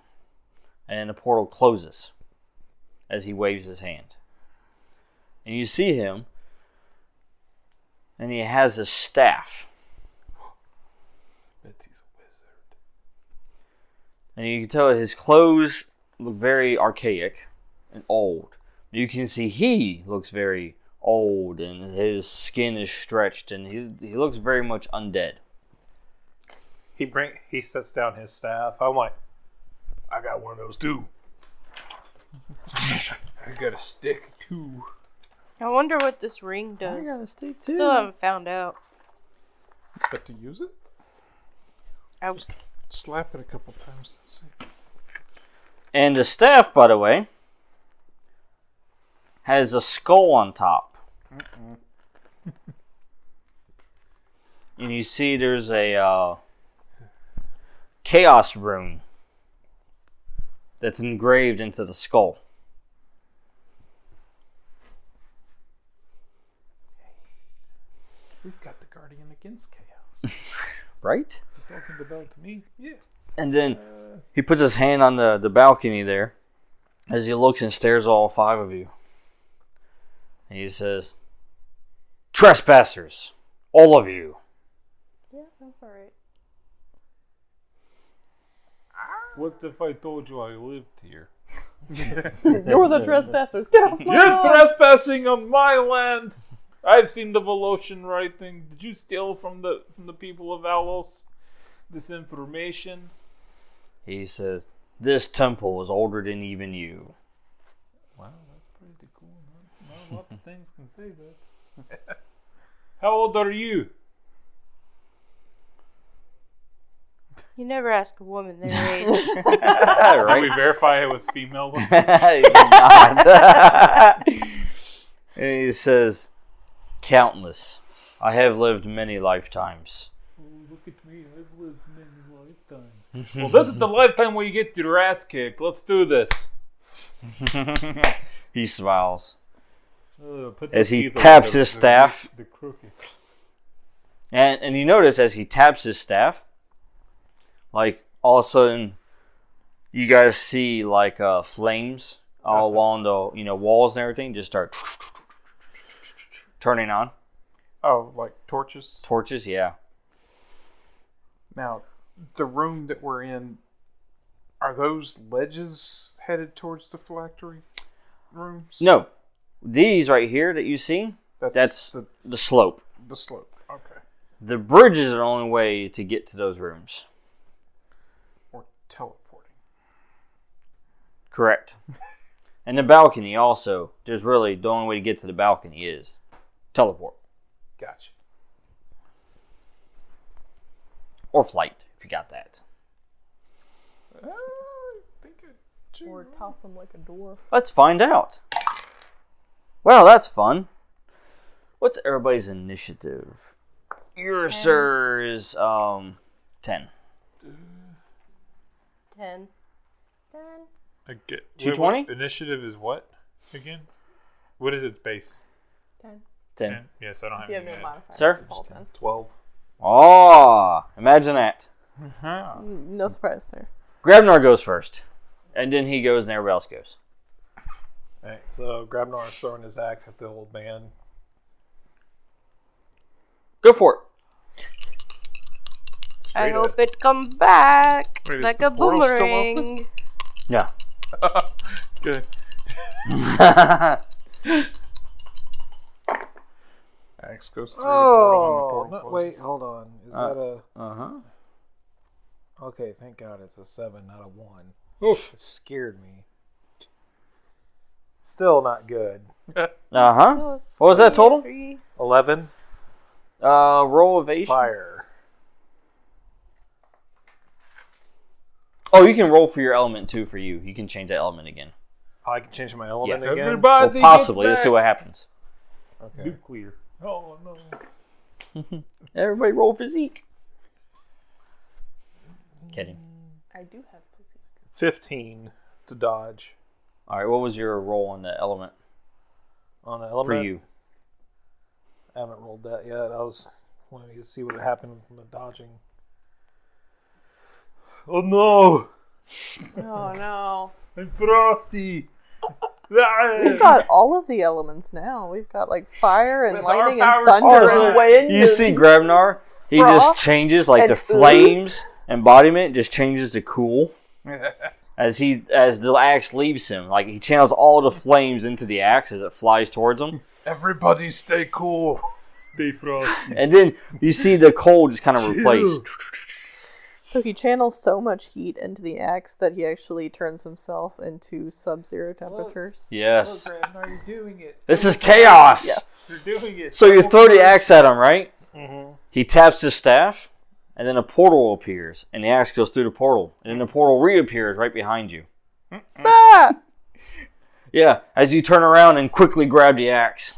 B: And the portal closes as he waves his hand. And you see him, and he has his staff.
G: Bet he's a wizard.
B: and you can tell his clothes look very archaic and old. You can see he looks very old, and his skin is stretched, and he he looks very much undead.
F: He bring he sets down his staff. I'm like, I got one of those too.
G: [LAUGHS] I got a stick too.
E: I wonder what this ring does.
D: stay
E: Still haven't found out.
C: But to use it,
E: I,
C: slap it a couple times and see.
B: And the staff, by the way, has a skull on top. and you see there's a uh, chaos rune that's engraved into the skull.
C: We've got the guardian against chaos.
G: [LAUGHS]
B: Right?
G: Talking about me? Yeah.
B: And then he puts his hand on the, the balcony there as he looks and stares at all five of you. And he says, Trespassers, all of you.
E: yeah, sounds alright.
G: What if I told you I lived here?
D: You're the trespassers. Get off my
G: You're
D: lawn.
G: trespassing on my land. I've seen the Voloshan writing. Did you steal from the from the people of Alos this information?
B: He says, This temple is older than even you. [LAUGHS]
G: Wow, that's pretty cool. Not, not a lot [LAUGHS] of things can say that. How old are you?
E: You never ask a
C: [LAUGHS]
E: woman their age.
G: Can we
B: right? [LAUGHS]
G: verify it was female?
B: He did not. [LAUGHS] and he says, Countless. I have lived many lifetimes. [LAUGHS]
G: Look at me, I've lived many
B: [LAUGHS]
G: lifetimes. well, this is the lifetime where you get your ass kicked. Let's do this.
B: he smiles.
G: Uh, put
B: As
G: the
B: he
G: teeth away,
B: taps
G: the-
B: his
G: the-
B: staff.
G: The crooked.
B: And and you notice as he taps his staff, like all of a sudden, you guys see like uh, flames all along the you know walls and everything just start turning on
C: Oh, like torches?
B: torches. Yeah,
C: Now, the room that we're in, are those ledges headed towards the phylactery rooms?
B: no, these right here that you see,
C: That's,
B: that's
C: the,
B: the slope.
C: the slope. Okay.
B: The bridge is the only way to get to those rooms.
C: Or teleporting.
B: Correct. and the balcony also. There's really the only way to get to the balcony is teleport
C: Gotcha.
B: or flight if you got that.
C: Uh, I think I do.
D: Or toss them like a dwarf.
B: Let's find out. Well, that's fun. What's everybody's initiative? Your sir is um ten.
E: Ten. Ten.
G: I get-
B: Two
G: wait,
B: twenty?
G: what- Initiative is what again? What is its base?
D: Ten.
B: Ten.
G: Ten? Yes, I don't have
D: You have
G: any
D: no
G: yet.
D: modifier.
B: Sir?
D: It's all ten.
F: Twelve.
B: Ah, imagine that.
C: Uh-huh.
D: Mm, No surprise, sir.
B: Grabnar goes first, and then he goes, and everybody else goes.
F: Alright, so Grabnar is throwing his axe at the old man.
B: Go for it. [LAUGHS]
E: I hope it comes back
C: Wait, is
E: like
C: the
E: a
C: portal still
E: boomerang.
B: Yeah.
C: Good.
B: Uh-huh.
C: Axe goes through the portal and the portal
F: wait,
C: closes.
F: Oh, hold on. Is
B: Uh,
F: that a
B: uh huh.
F: Okay, thank God it's a seven, not a one.
G: Oof.
F: It scared me. Still not good.
B: Uh huh.
E: So it's
B: What was that
E: three and
B: total?
E: Three.
F: Eleven.
B: Uh, roll evasion.
F: Fire.
B: Oh, you can roll for your element too. For you, you can change that element again.
F: Oh, I can change my element
B: Yeah.
F: again.
G: Everybody,
B: Well,
G: get
B: possibly. Let's see
G: back.
B: what happens.
F: Okay.
G: Nuclear. Oh no.
B: Everybody, roll physique. Kidding.
D: I do have pussy.
F: Fifteen to dodge
B: All right. What was your roll on the element
F: on the
B: for
F: element.
B: you?
F: I haven't rolled that yet. I was wanting to see what happened from the dodging.
G: Oh no.
D: [LAUGHS] Oh no.
G: I'm [LAUGHS] frosty.
D: We've got all of the elements now. We've got like fire and
G: With our
D: lightning
G: power
D: and thunder
B: forward.
D: and wind.
B: You see Grabnar. He just
D: Frost
B: changes like
D: and
B: the
D: ooze.
B: flames embodiment just changes to cool as he as the axe leaves him. Like he channels all the flames into the axe as it flies towards him.
C: Everybody stay cool.
G: Stay frosty.
B: And then you see the coal just kind of replaced.
D: So he channels so much heat into the axe that he actually turns himself into sub-zero temperatures.
B: Yes.
G: are you doing it?
B: This is chaos.
D: Yes.
G: You're doing it.
B: So you throw the axe at him, right? He taps his staff, and then a portal appears, and the axe goes through the portal, and then the portal reappears right behind you.
D: Ah!
B: Yeah, as you turn around and quickly grab the axe.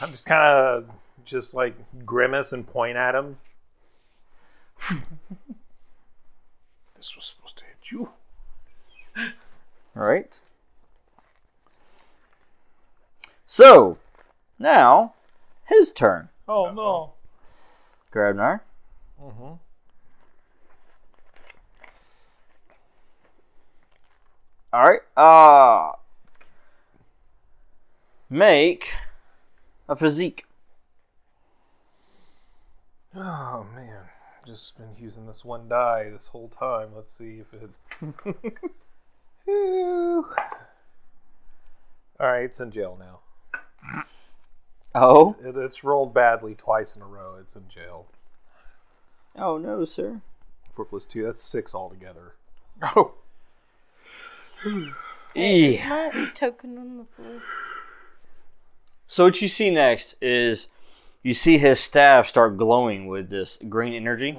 F: I'm just kind of Uh, just like grimace and point at him.
C: This was supposed to hit you.
B: All right. So now his turn,
F: Uh,
G: Oh no.
B: Grabnar. All right. Uh make a physique.
F: Oh man, just been using this one die this whole time. Let's see if
G: [LAUGHS]
F: it. Phew. All right, it's in jail now.
B: Oh.
F: It, it's rolled badly twice in a row. It's in jail.
B: Oh no, sir.
F: Four plus two, that's six altogether.
C: Oh,
B: Yeah.
E: My token on the floor.
B: So what you see next is you see his staff start glowing with this green energy,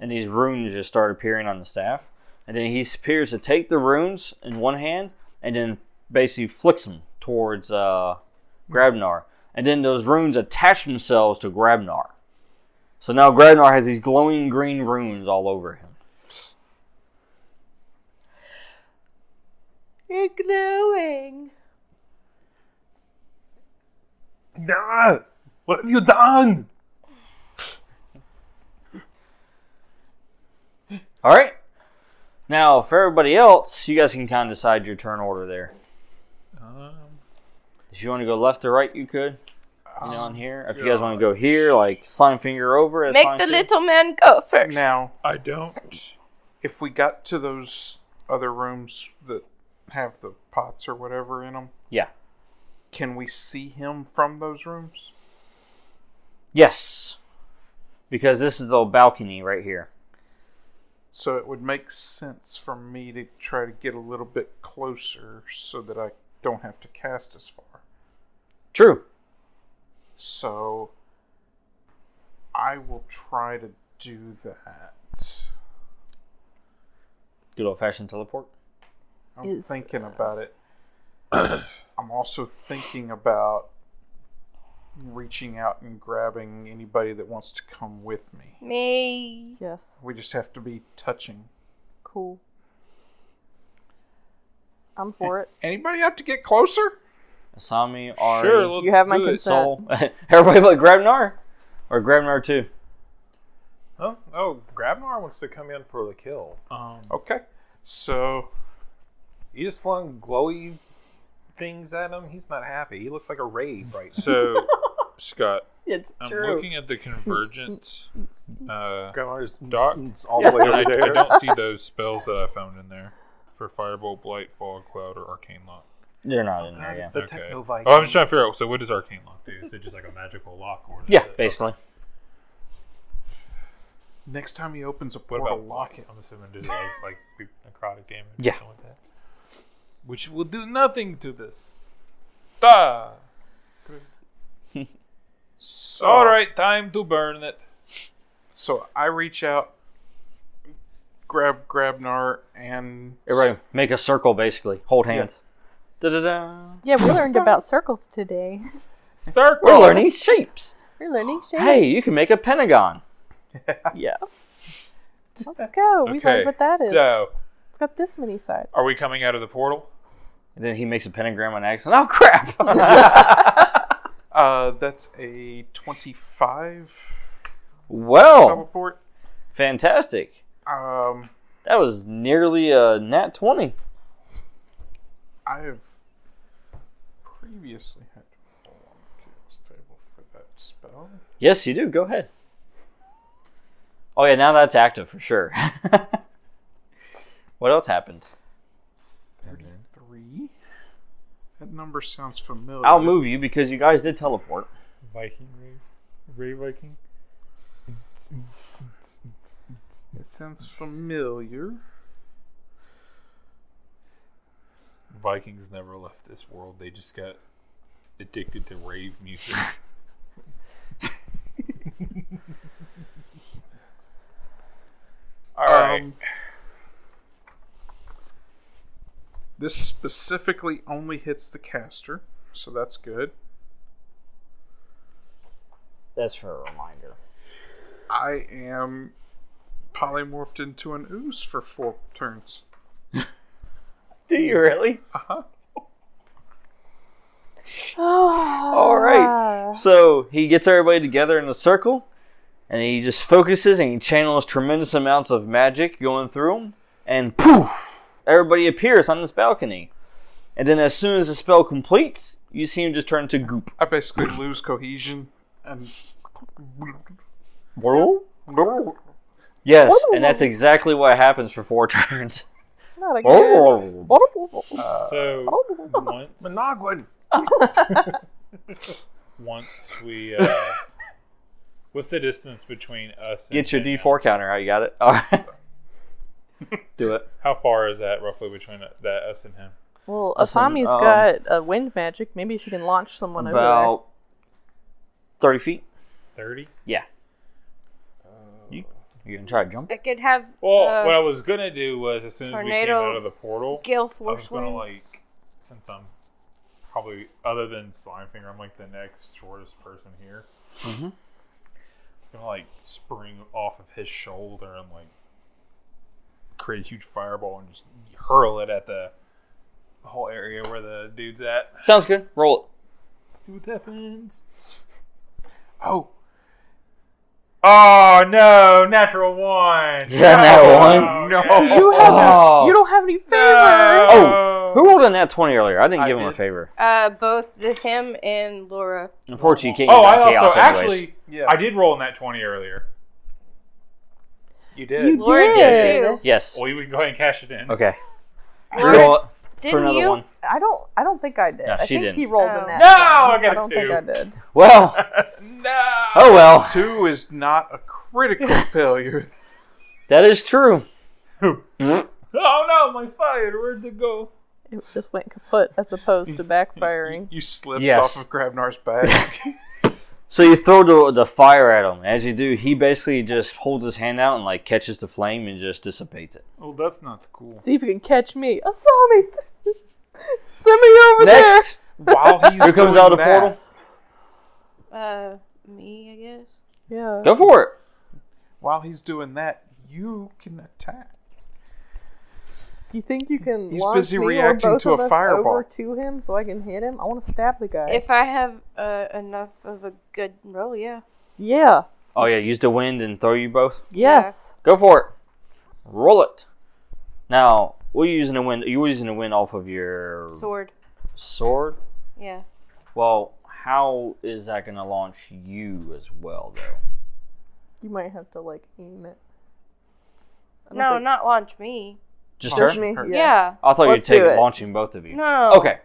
B: and these runes just start appearing on the staff. And then he appears to take the runes in one hand and then basically flicks them towards uh, Grabnar. And then those runes attach themselves to Grabnar. So now Grabnar has these glowing green runes all over him.
E: You're glowing.
F: Nah, what have you done?
B: All right. Now, for everybody else, you guys can kind of decide your turn order there.
G: Um,
B: If you want to go left or right, you could. You know, on here. If you guys want to go here, like slime finger over. that's fine
E: Make the
B: too.
E: little man go first.
C: now
G: I don't.
C: if we got to those other rooms that have the pots or whatever in them,
B: Yeah.
C: can we see him from those rooms?
B: Yes. Because this is the balcony right here.
C: So it would make sense for me to try to get a little bit closer so that I don't have to cast as far.
B: True.
C: So I will try to do that.
B: Good old fashioned teleport.
C: I'm
D: Is-
C: thinking about it. [CLEARS THROAT] I'm also thinking about reaching out and grabbing anybody that wants to come with me.
E: Me.
D: Yes.
C: We just have to be touching.
D: Cool. I'm
G: [LAUGHS]
D: for it.
C: Anybody have to get closer?
B: Asami, Ari,
G: Sure, let's
D: You have my
G: do it.
D: consent.
B: Soul. [LAUGHS] Everybody but Grabnar. Or Grabnar too.
F: Huh? Oh, Grabnar wants to come in for the kill.
G: Um,
C: Okay. So
F: You just flung glowy things at him. He's not happy. He looks like a rave right now.
C: [LAUGHS]
G: so, Scott,
D: It's
G: I'm looking at the convergence. Uh,
F: Grandma's
G: Doc?
F: all the way
G: I,
F: over
G: [LAUGHS] I
F: there.
G: don't see those spells that I found in there for Firebolt, Blight, Fog, Cloud, or Arcane Lock.
B: They're not in there, yeah.
F: The
G: okay.
F: Techno
G: Oh,
F: Viking.
G: I'm just trying to figure out. So, what does Arcane Lock do? Is it just like a magical lock? Or is
B: Yeah,
G: it-
B: basically.
C: Next time he opens a
G: What
C: portal,
G: about
C: lock it.
G: I'm assuming do like like the necrotic damage. or
B: Yeah.
G: something Like that. Which will do nothing to this. Da.
D: Oh.
C: So,
G: All right, time to burn it.
C: So I reach out, grab Grabnar, and
B: Everybody, make a circle basically. Hold hands. Da da da.
D: Yeah, we
G: [COUGHS]
D: learned about circles today.
G: Circle.
B: We're learning shapes.
D: We're [GASPS] learning shapes.
B: Hey, you can make a pentagon.
D: [LAUGHS] Yeah. Let's go. We learned what that is.
G: So,
D: It's got this many [SIGHS] sides.
G: are we coming out of the portal?
B: And then he makes a pentagram on accident. Oh
G: [LAUGHS]
B: crap! [LAUGHS]
C: uh, that's a twenty-five
B: well,
C: teleport.
B: fantastic.
C: Um,
B: That was nearly a nat twenty.
C: I have previously had to roll on the chaos table for that spell.
B: Yes, you do. Go ahead. Oh yeah, now that's active for sure. [LAUGHS] what else happened?
C: Thirty-three. That number sounds familiar.
B: I'll move you because you guys did teleport.
G: Viking rave. Ray Viking.
C: It sounds familiar.
G: Vikings never left this world. They just got addicted to rave music. All right.
C: Um, this specifically only hits the caster, so that's good.
B: That's for a reminder.
C: I am polymorphed into an ooze for four turns.
B: Do you really?
C: Uh-huh.
B: All right.
D: Ah,
B: So he gets everybody together in a circle, and he just focuses and he channels tremendous amounts of magic going through them, and poof, everybody appears on this balcony. And then as soon as the spell completes, you see him just turn into goop.
C: I basically lose cohesion and
B: Yes, and that's exactly what happens for four [LAUGHS] turns.
D: Not
B: Oh.
D: again.
G: Oh, Um, So once,
C: Monogwin.
G: once we, uh, [LAUGHS] what's the distance between us?
B: Get your
G: and him?
B: D4 counter out. You got it. All
G: [LAUGHS]
B: right. Do it.
G: How far is that roughly between uh, that us and him?
D: Well,
B: Listen,
D: Asami's
B: um,
D: got a wind magic. Maybe she can launch someone over
B: About thirty feet.
G: Thirty.
B: Yeah. You you gonna try to jump?
E: I could have
G: Well,
E: uh,
G: what I was gonna do was as soon as we came
E: tornado
G: out of the portal,
E: gale
G: I was
E: force
G: gonna
E: winds.
G: like, since I'm probably other than Slimefinger, I'm like the next shortest person here.
B: Mhm.
G: It's gonna like spring off of his shoulder and like create a huge fireball and just hurl it at the whole area where the dude's at.
B: Sounds good. Roll
G: see what happens.
C: Oh,
G: Oh no!
B: [LAUGHS]
G: Natural one.
B: Is that nat
G: Oh,
B: one?
D: there. [LAUGHS] You have
B: Oh.
D: you don't have any favor.
G: No.
B: Oh, Who rolled a nat twenty earlier? I didn't
G: I
B: give him
G: did.
B: a favor.
E: uh, both the him and Laura.
B: Unfortunately, you can't.
G: Oh,
B: use
G: I
B: that chaos
G: also
B: anyways.
G: actually
C: Yeah.
G: I did roll in that twenty earlier.
F: You did.
D: You
E: Laura did,
D: did.
E: too.
B: Yes.
G: Well, you can go ahead and cash it in.
B: Okay.
E: Laura,
B: Roll it for
E: didn't
B: another
E: you?
B: one.
D: I don't. I don't think I did.
B: No,
D: I
B: she
D: think
B: didn't.
D: he rolled
E: Oh.
D: in that.
G: No,
D: one.
G: I got a
D: don't
G: two.
D: think I did.
B: Well.
G: [LAUGHS] no.
B: Oh well.
C: two is not a
D: [LAUGHS]
C: critical failure.
B: That is true.
G: Oh no, my fire. Where'd it go?
D: It just went kaput as opposed to
B: [LAUGHS]
D: backfiring.
C: You slipped
B: Yes.
C: off of Grabnar's
B: [LAUGHS]
C: back.
B: So you throw the, the fire at him. As you do, he basically just holds his hand out and like catches the flame and just dissipates it.
G: Oh, that's not cool.
D: See if you can catch me. Asami's. [LAUGHS] Send me over there.
B: Next,
C: While he's
B: who comes
C: doing
B: out of
C: that,
B: portal?
E: Uh, me, I guess.
D: Yeah.
B: Go for it.
C: While he's doing that, you can attack. [LAUGHS]
D: You think you can
C: He's
D: launch
C: busy
D: me
C: reacting
D: or both
C: to
D: of
C: a
D: us
C: fireball.
D: over to him so I can hit him? I want to stab the guy.
E: If I have uh, enough of a good roll, yeah.
D: yeah.
B: Oh yeah, use the wind and throw you both.
D: Yes.
B: Go for it. Roll it. Now, we're using a wind. You're using a wind off of your
E: Sword,
B: sword.
E: yeah.
B: Well, how is that going to launch you as well, though?
D: You might have to like aim it. I don't
E: No,
D: think-
E: not launch me.
B: Just
D: Just
B: her?
D: me.
C: Her.
D: Yeah.
E: Yeah.
B: I thought
D: Let's
B: you'd
D: do
B: take
D: it.
B: launching both of you.
E: No.
B: Okay.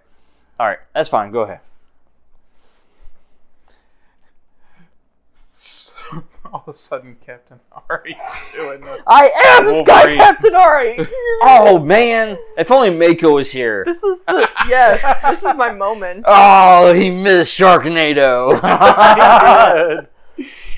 B: All right, that's fine. Go ahead.
C: So all of a sudden Captain Ari's doing the
D: I am the Sky
C: Wolverine. [LAUGHS]
D: Captain Ari.
B: Oh man! If only Mako was here.
D: This is the yes. This is my moment.
B: Oh, he missed Sharknado.
E: How's,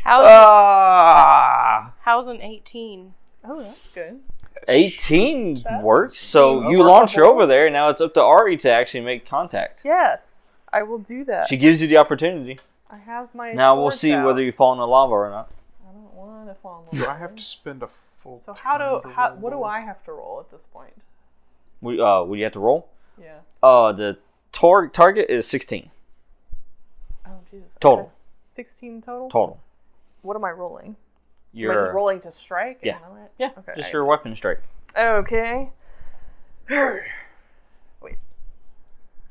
B: Oh, Ah,
E: how's an 18?
D: [LAUGHS] Oh, that's good.
B: 18 works. So you launch her over there, and now it's up to Ari to actually make contact.
D: Yes, I will do that.
B: She gives you the opportunity.
D: I have my.
B: Now we'll
D: swords
B: see
D: out.
B: whether you fall in the lava or not.
D: I don't want to fall in
C: Do
D: love.
C: I have to spend a full
D: So how
C: time
D: do
C: to
D: how
C: roll
D: what do
C: roll?
D: I have to roll at this point?
B: We uh, would you have to roll?
D: Yeah.
B: Uh, the tor- target is 16
D: Oh Jesus.
B: Total.
D: Okay. Sixteen total.
B: total.
D: What am I rolling? Am I
B: Your
D: just rolling to strike? and
B: Yeah.
D: all that?
B: yeah,
D: Okay.
B: just your weapon strike.
D: Okay. [SIGHS] Wait.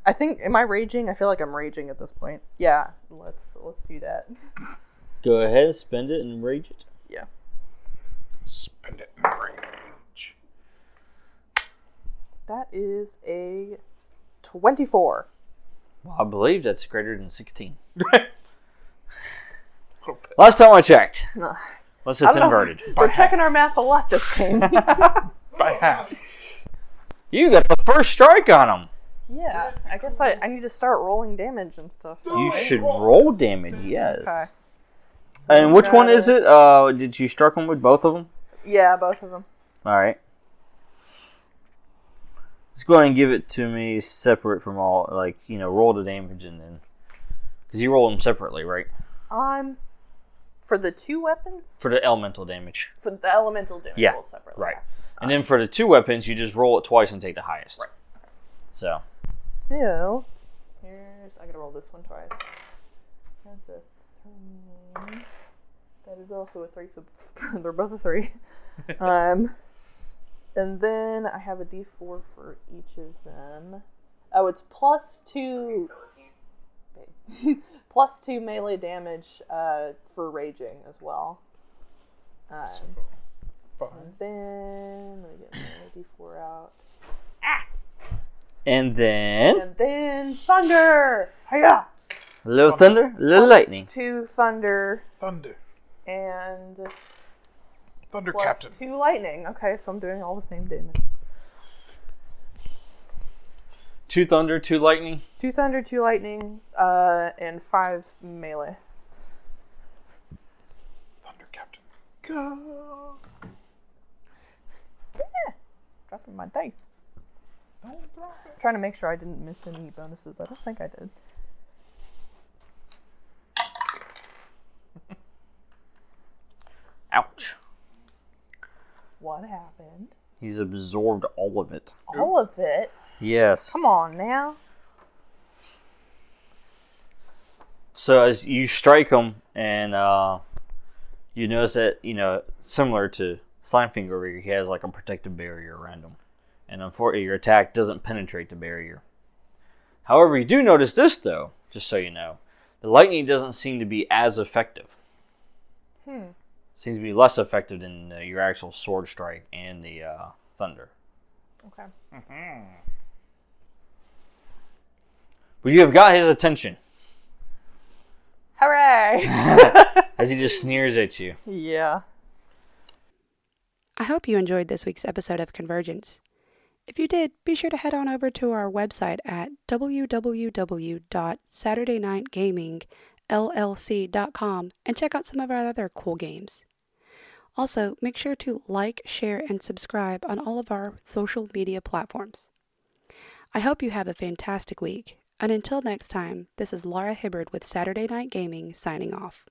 D: I think am I raging? I feel like I'm raging at this point. Yeah. Let's let's do that.
B: Go ahead, spend it, and rage it.
D: Yeah.
C: Spend it in rage.
D: That is a twenty-four.
B: Well, I believe that's greater than
D: [LAUGHS]
B: 16.
C: Little bit.
B: Last time I checked,
D: Ugh.
B: unless
D: I
B: it's
D: don't know.
B: inverted.
D: We're checking our math a lot this
B: [LAUGHS]
D: game. [LAUGHS]
C: By half.
B: You got the first strike on him.
D: yeah. I guess I, I need to start rolling damage and stuff.
B: You should Oh, roll damage, yes.
D: Okay.
B: And which one is it? Uh, did you strike him with both of them?
D: Yeah, both of them.
B: All right. Let's go ahead and give it to me separate from all, like you know, roll the damage and then, because you roll them separately, right?
D: Um, for the two weapons,
B: For the elemental damage,
D: for the elemental damage,
B: Yeah,
D: roll separately.
B: right? And then for the two weapons, you just roll it twice and take the highest. Right. So
D: So here's I gotta roll this one twice. That's a three. That is also a three. So [LAUGHS] they're both a three. um, and then I have a D4 for each of them. Oh, it's plus two. [LAUGHS] plus two melee damage uh, for raging as well. Um,
C: Fine.
D: then let me get my D4 out.
B: and then
D: And then thunder. Hiya!
B: a little thunder, a little lightning.
D: Two thunder
C: Thunder.
D: and
C: Thunder
D: plus
C: Captain.
D: two lightning. Okay, so I'm doing all the same damage.
B: Two thunder, two lightning.
D: Two thunder, two lightning, uh, and five melee.
C: Thunder Captain. Go.
D: Dropping my dice. Trying to make sure I didn't miss any bonuses. I don't think I did.
B: Ouch.
D: What happened?
B: He's absorbed all of it.
D: All of it.
B: Yes.
D: Come on now.
B: So as you strike him, and uh, you notice that you know similar to Slimefinger, over here, he has like a protective barrier around him, and unfortunately, your attack doesn't penetrate the barrier. However, you do notice this though, just so you know, the lightning doesn't seem to be as effective.
D: Hmm.
B: Seems to be less effective than uh, your actual sword strike and the uh, thunder.
D: Okay.
B: But you have got his attention
D: Hooray! [LAUGHS]
B: as he just sneers at you.
D: yeah.
A: I hope you enjoyed this week's episode of Convergence. If you did, be sure to head on over to our website at www.saturdaynightgamingllc.com and check out some of our other cool games. Also, make sure to like, share, and subscribe on all of our social media platforms. I hope you have a fantastic week, and until next time, this is Laura Hibbard with Saturday Night Gaming signing off.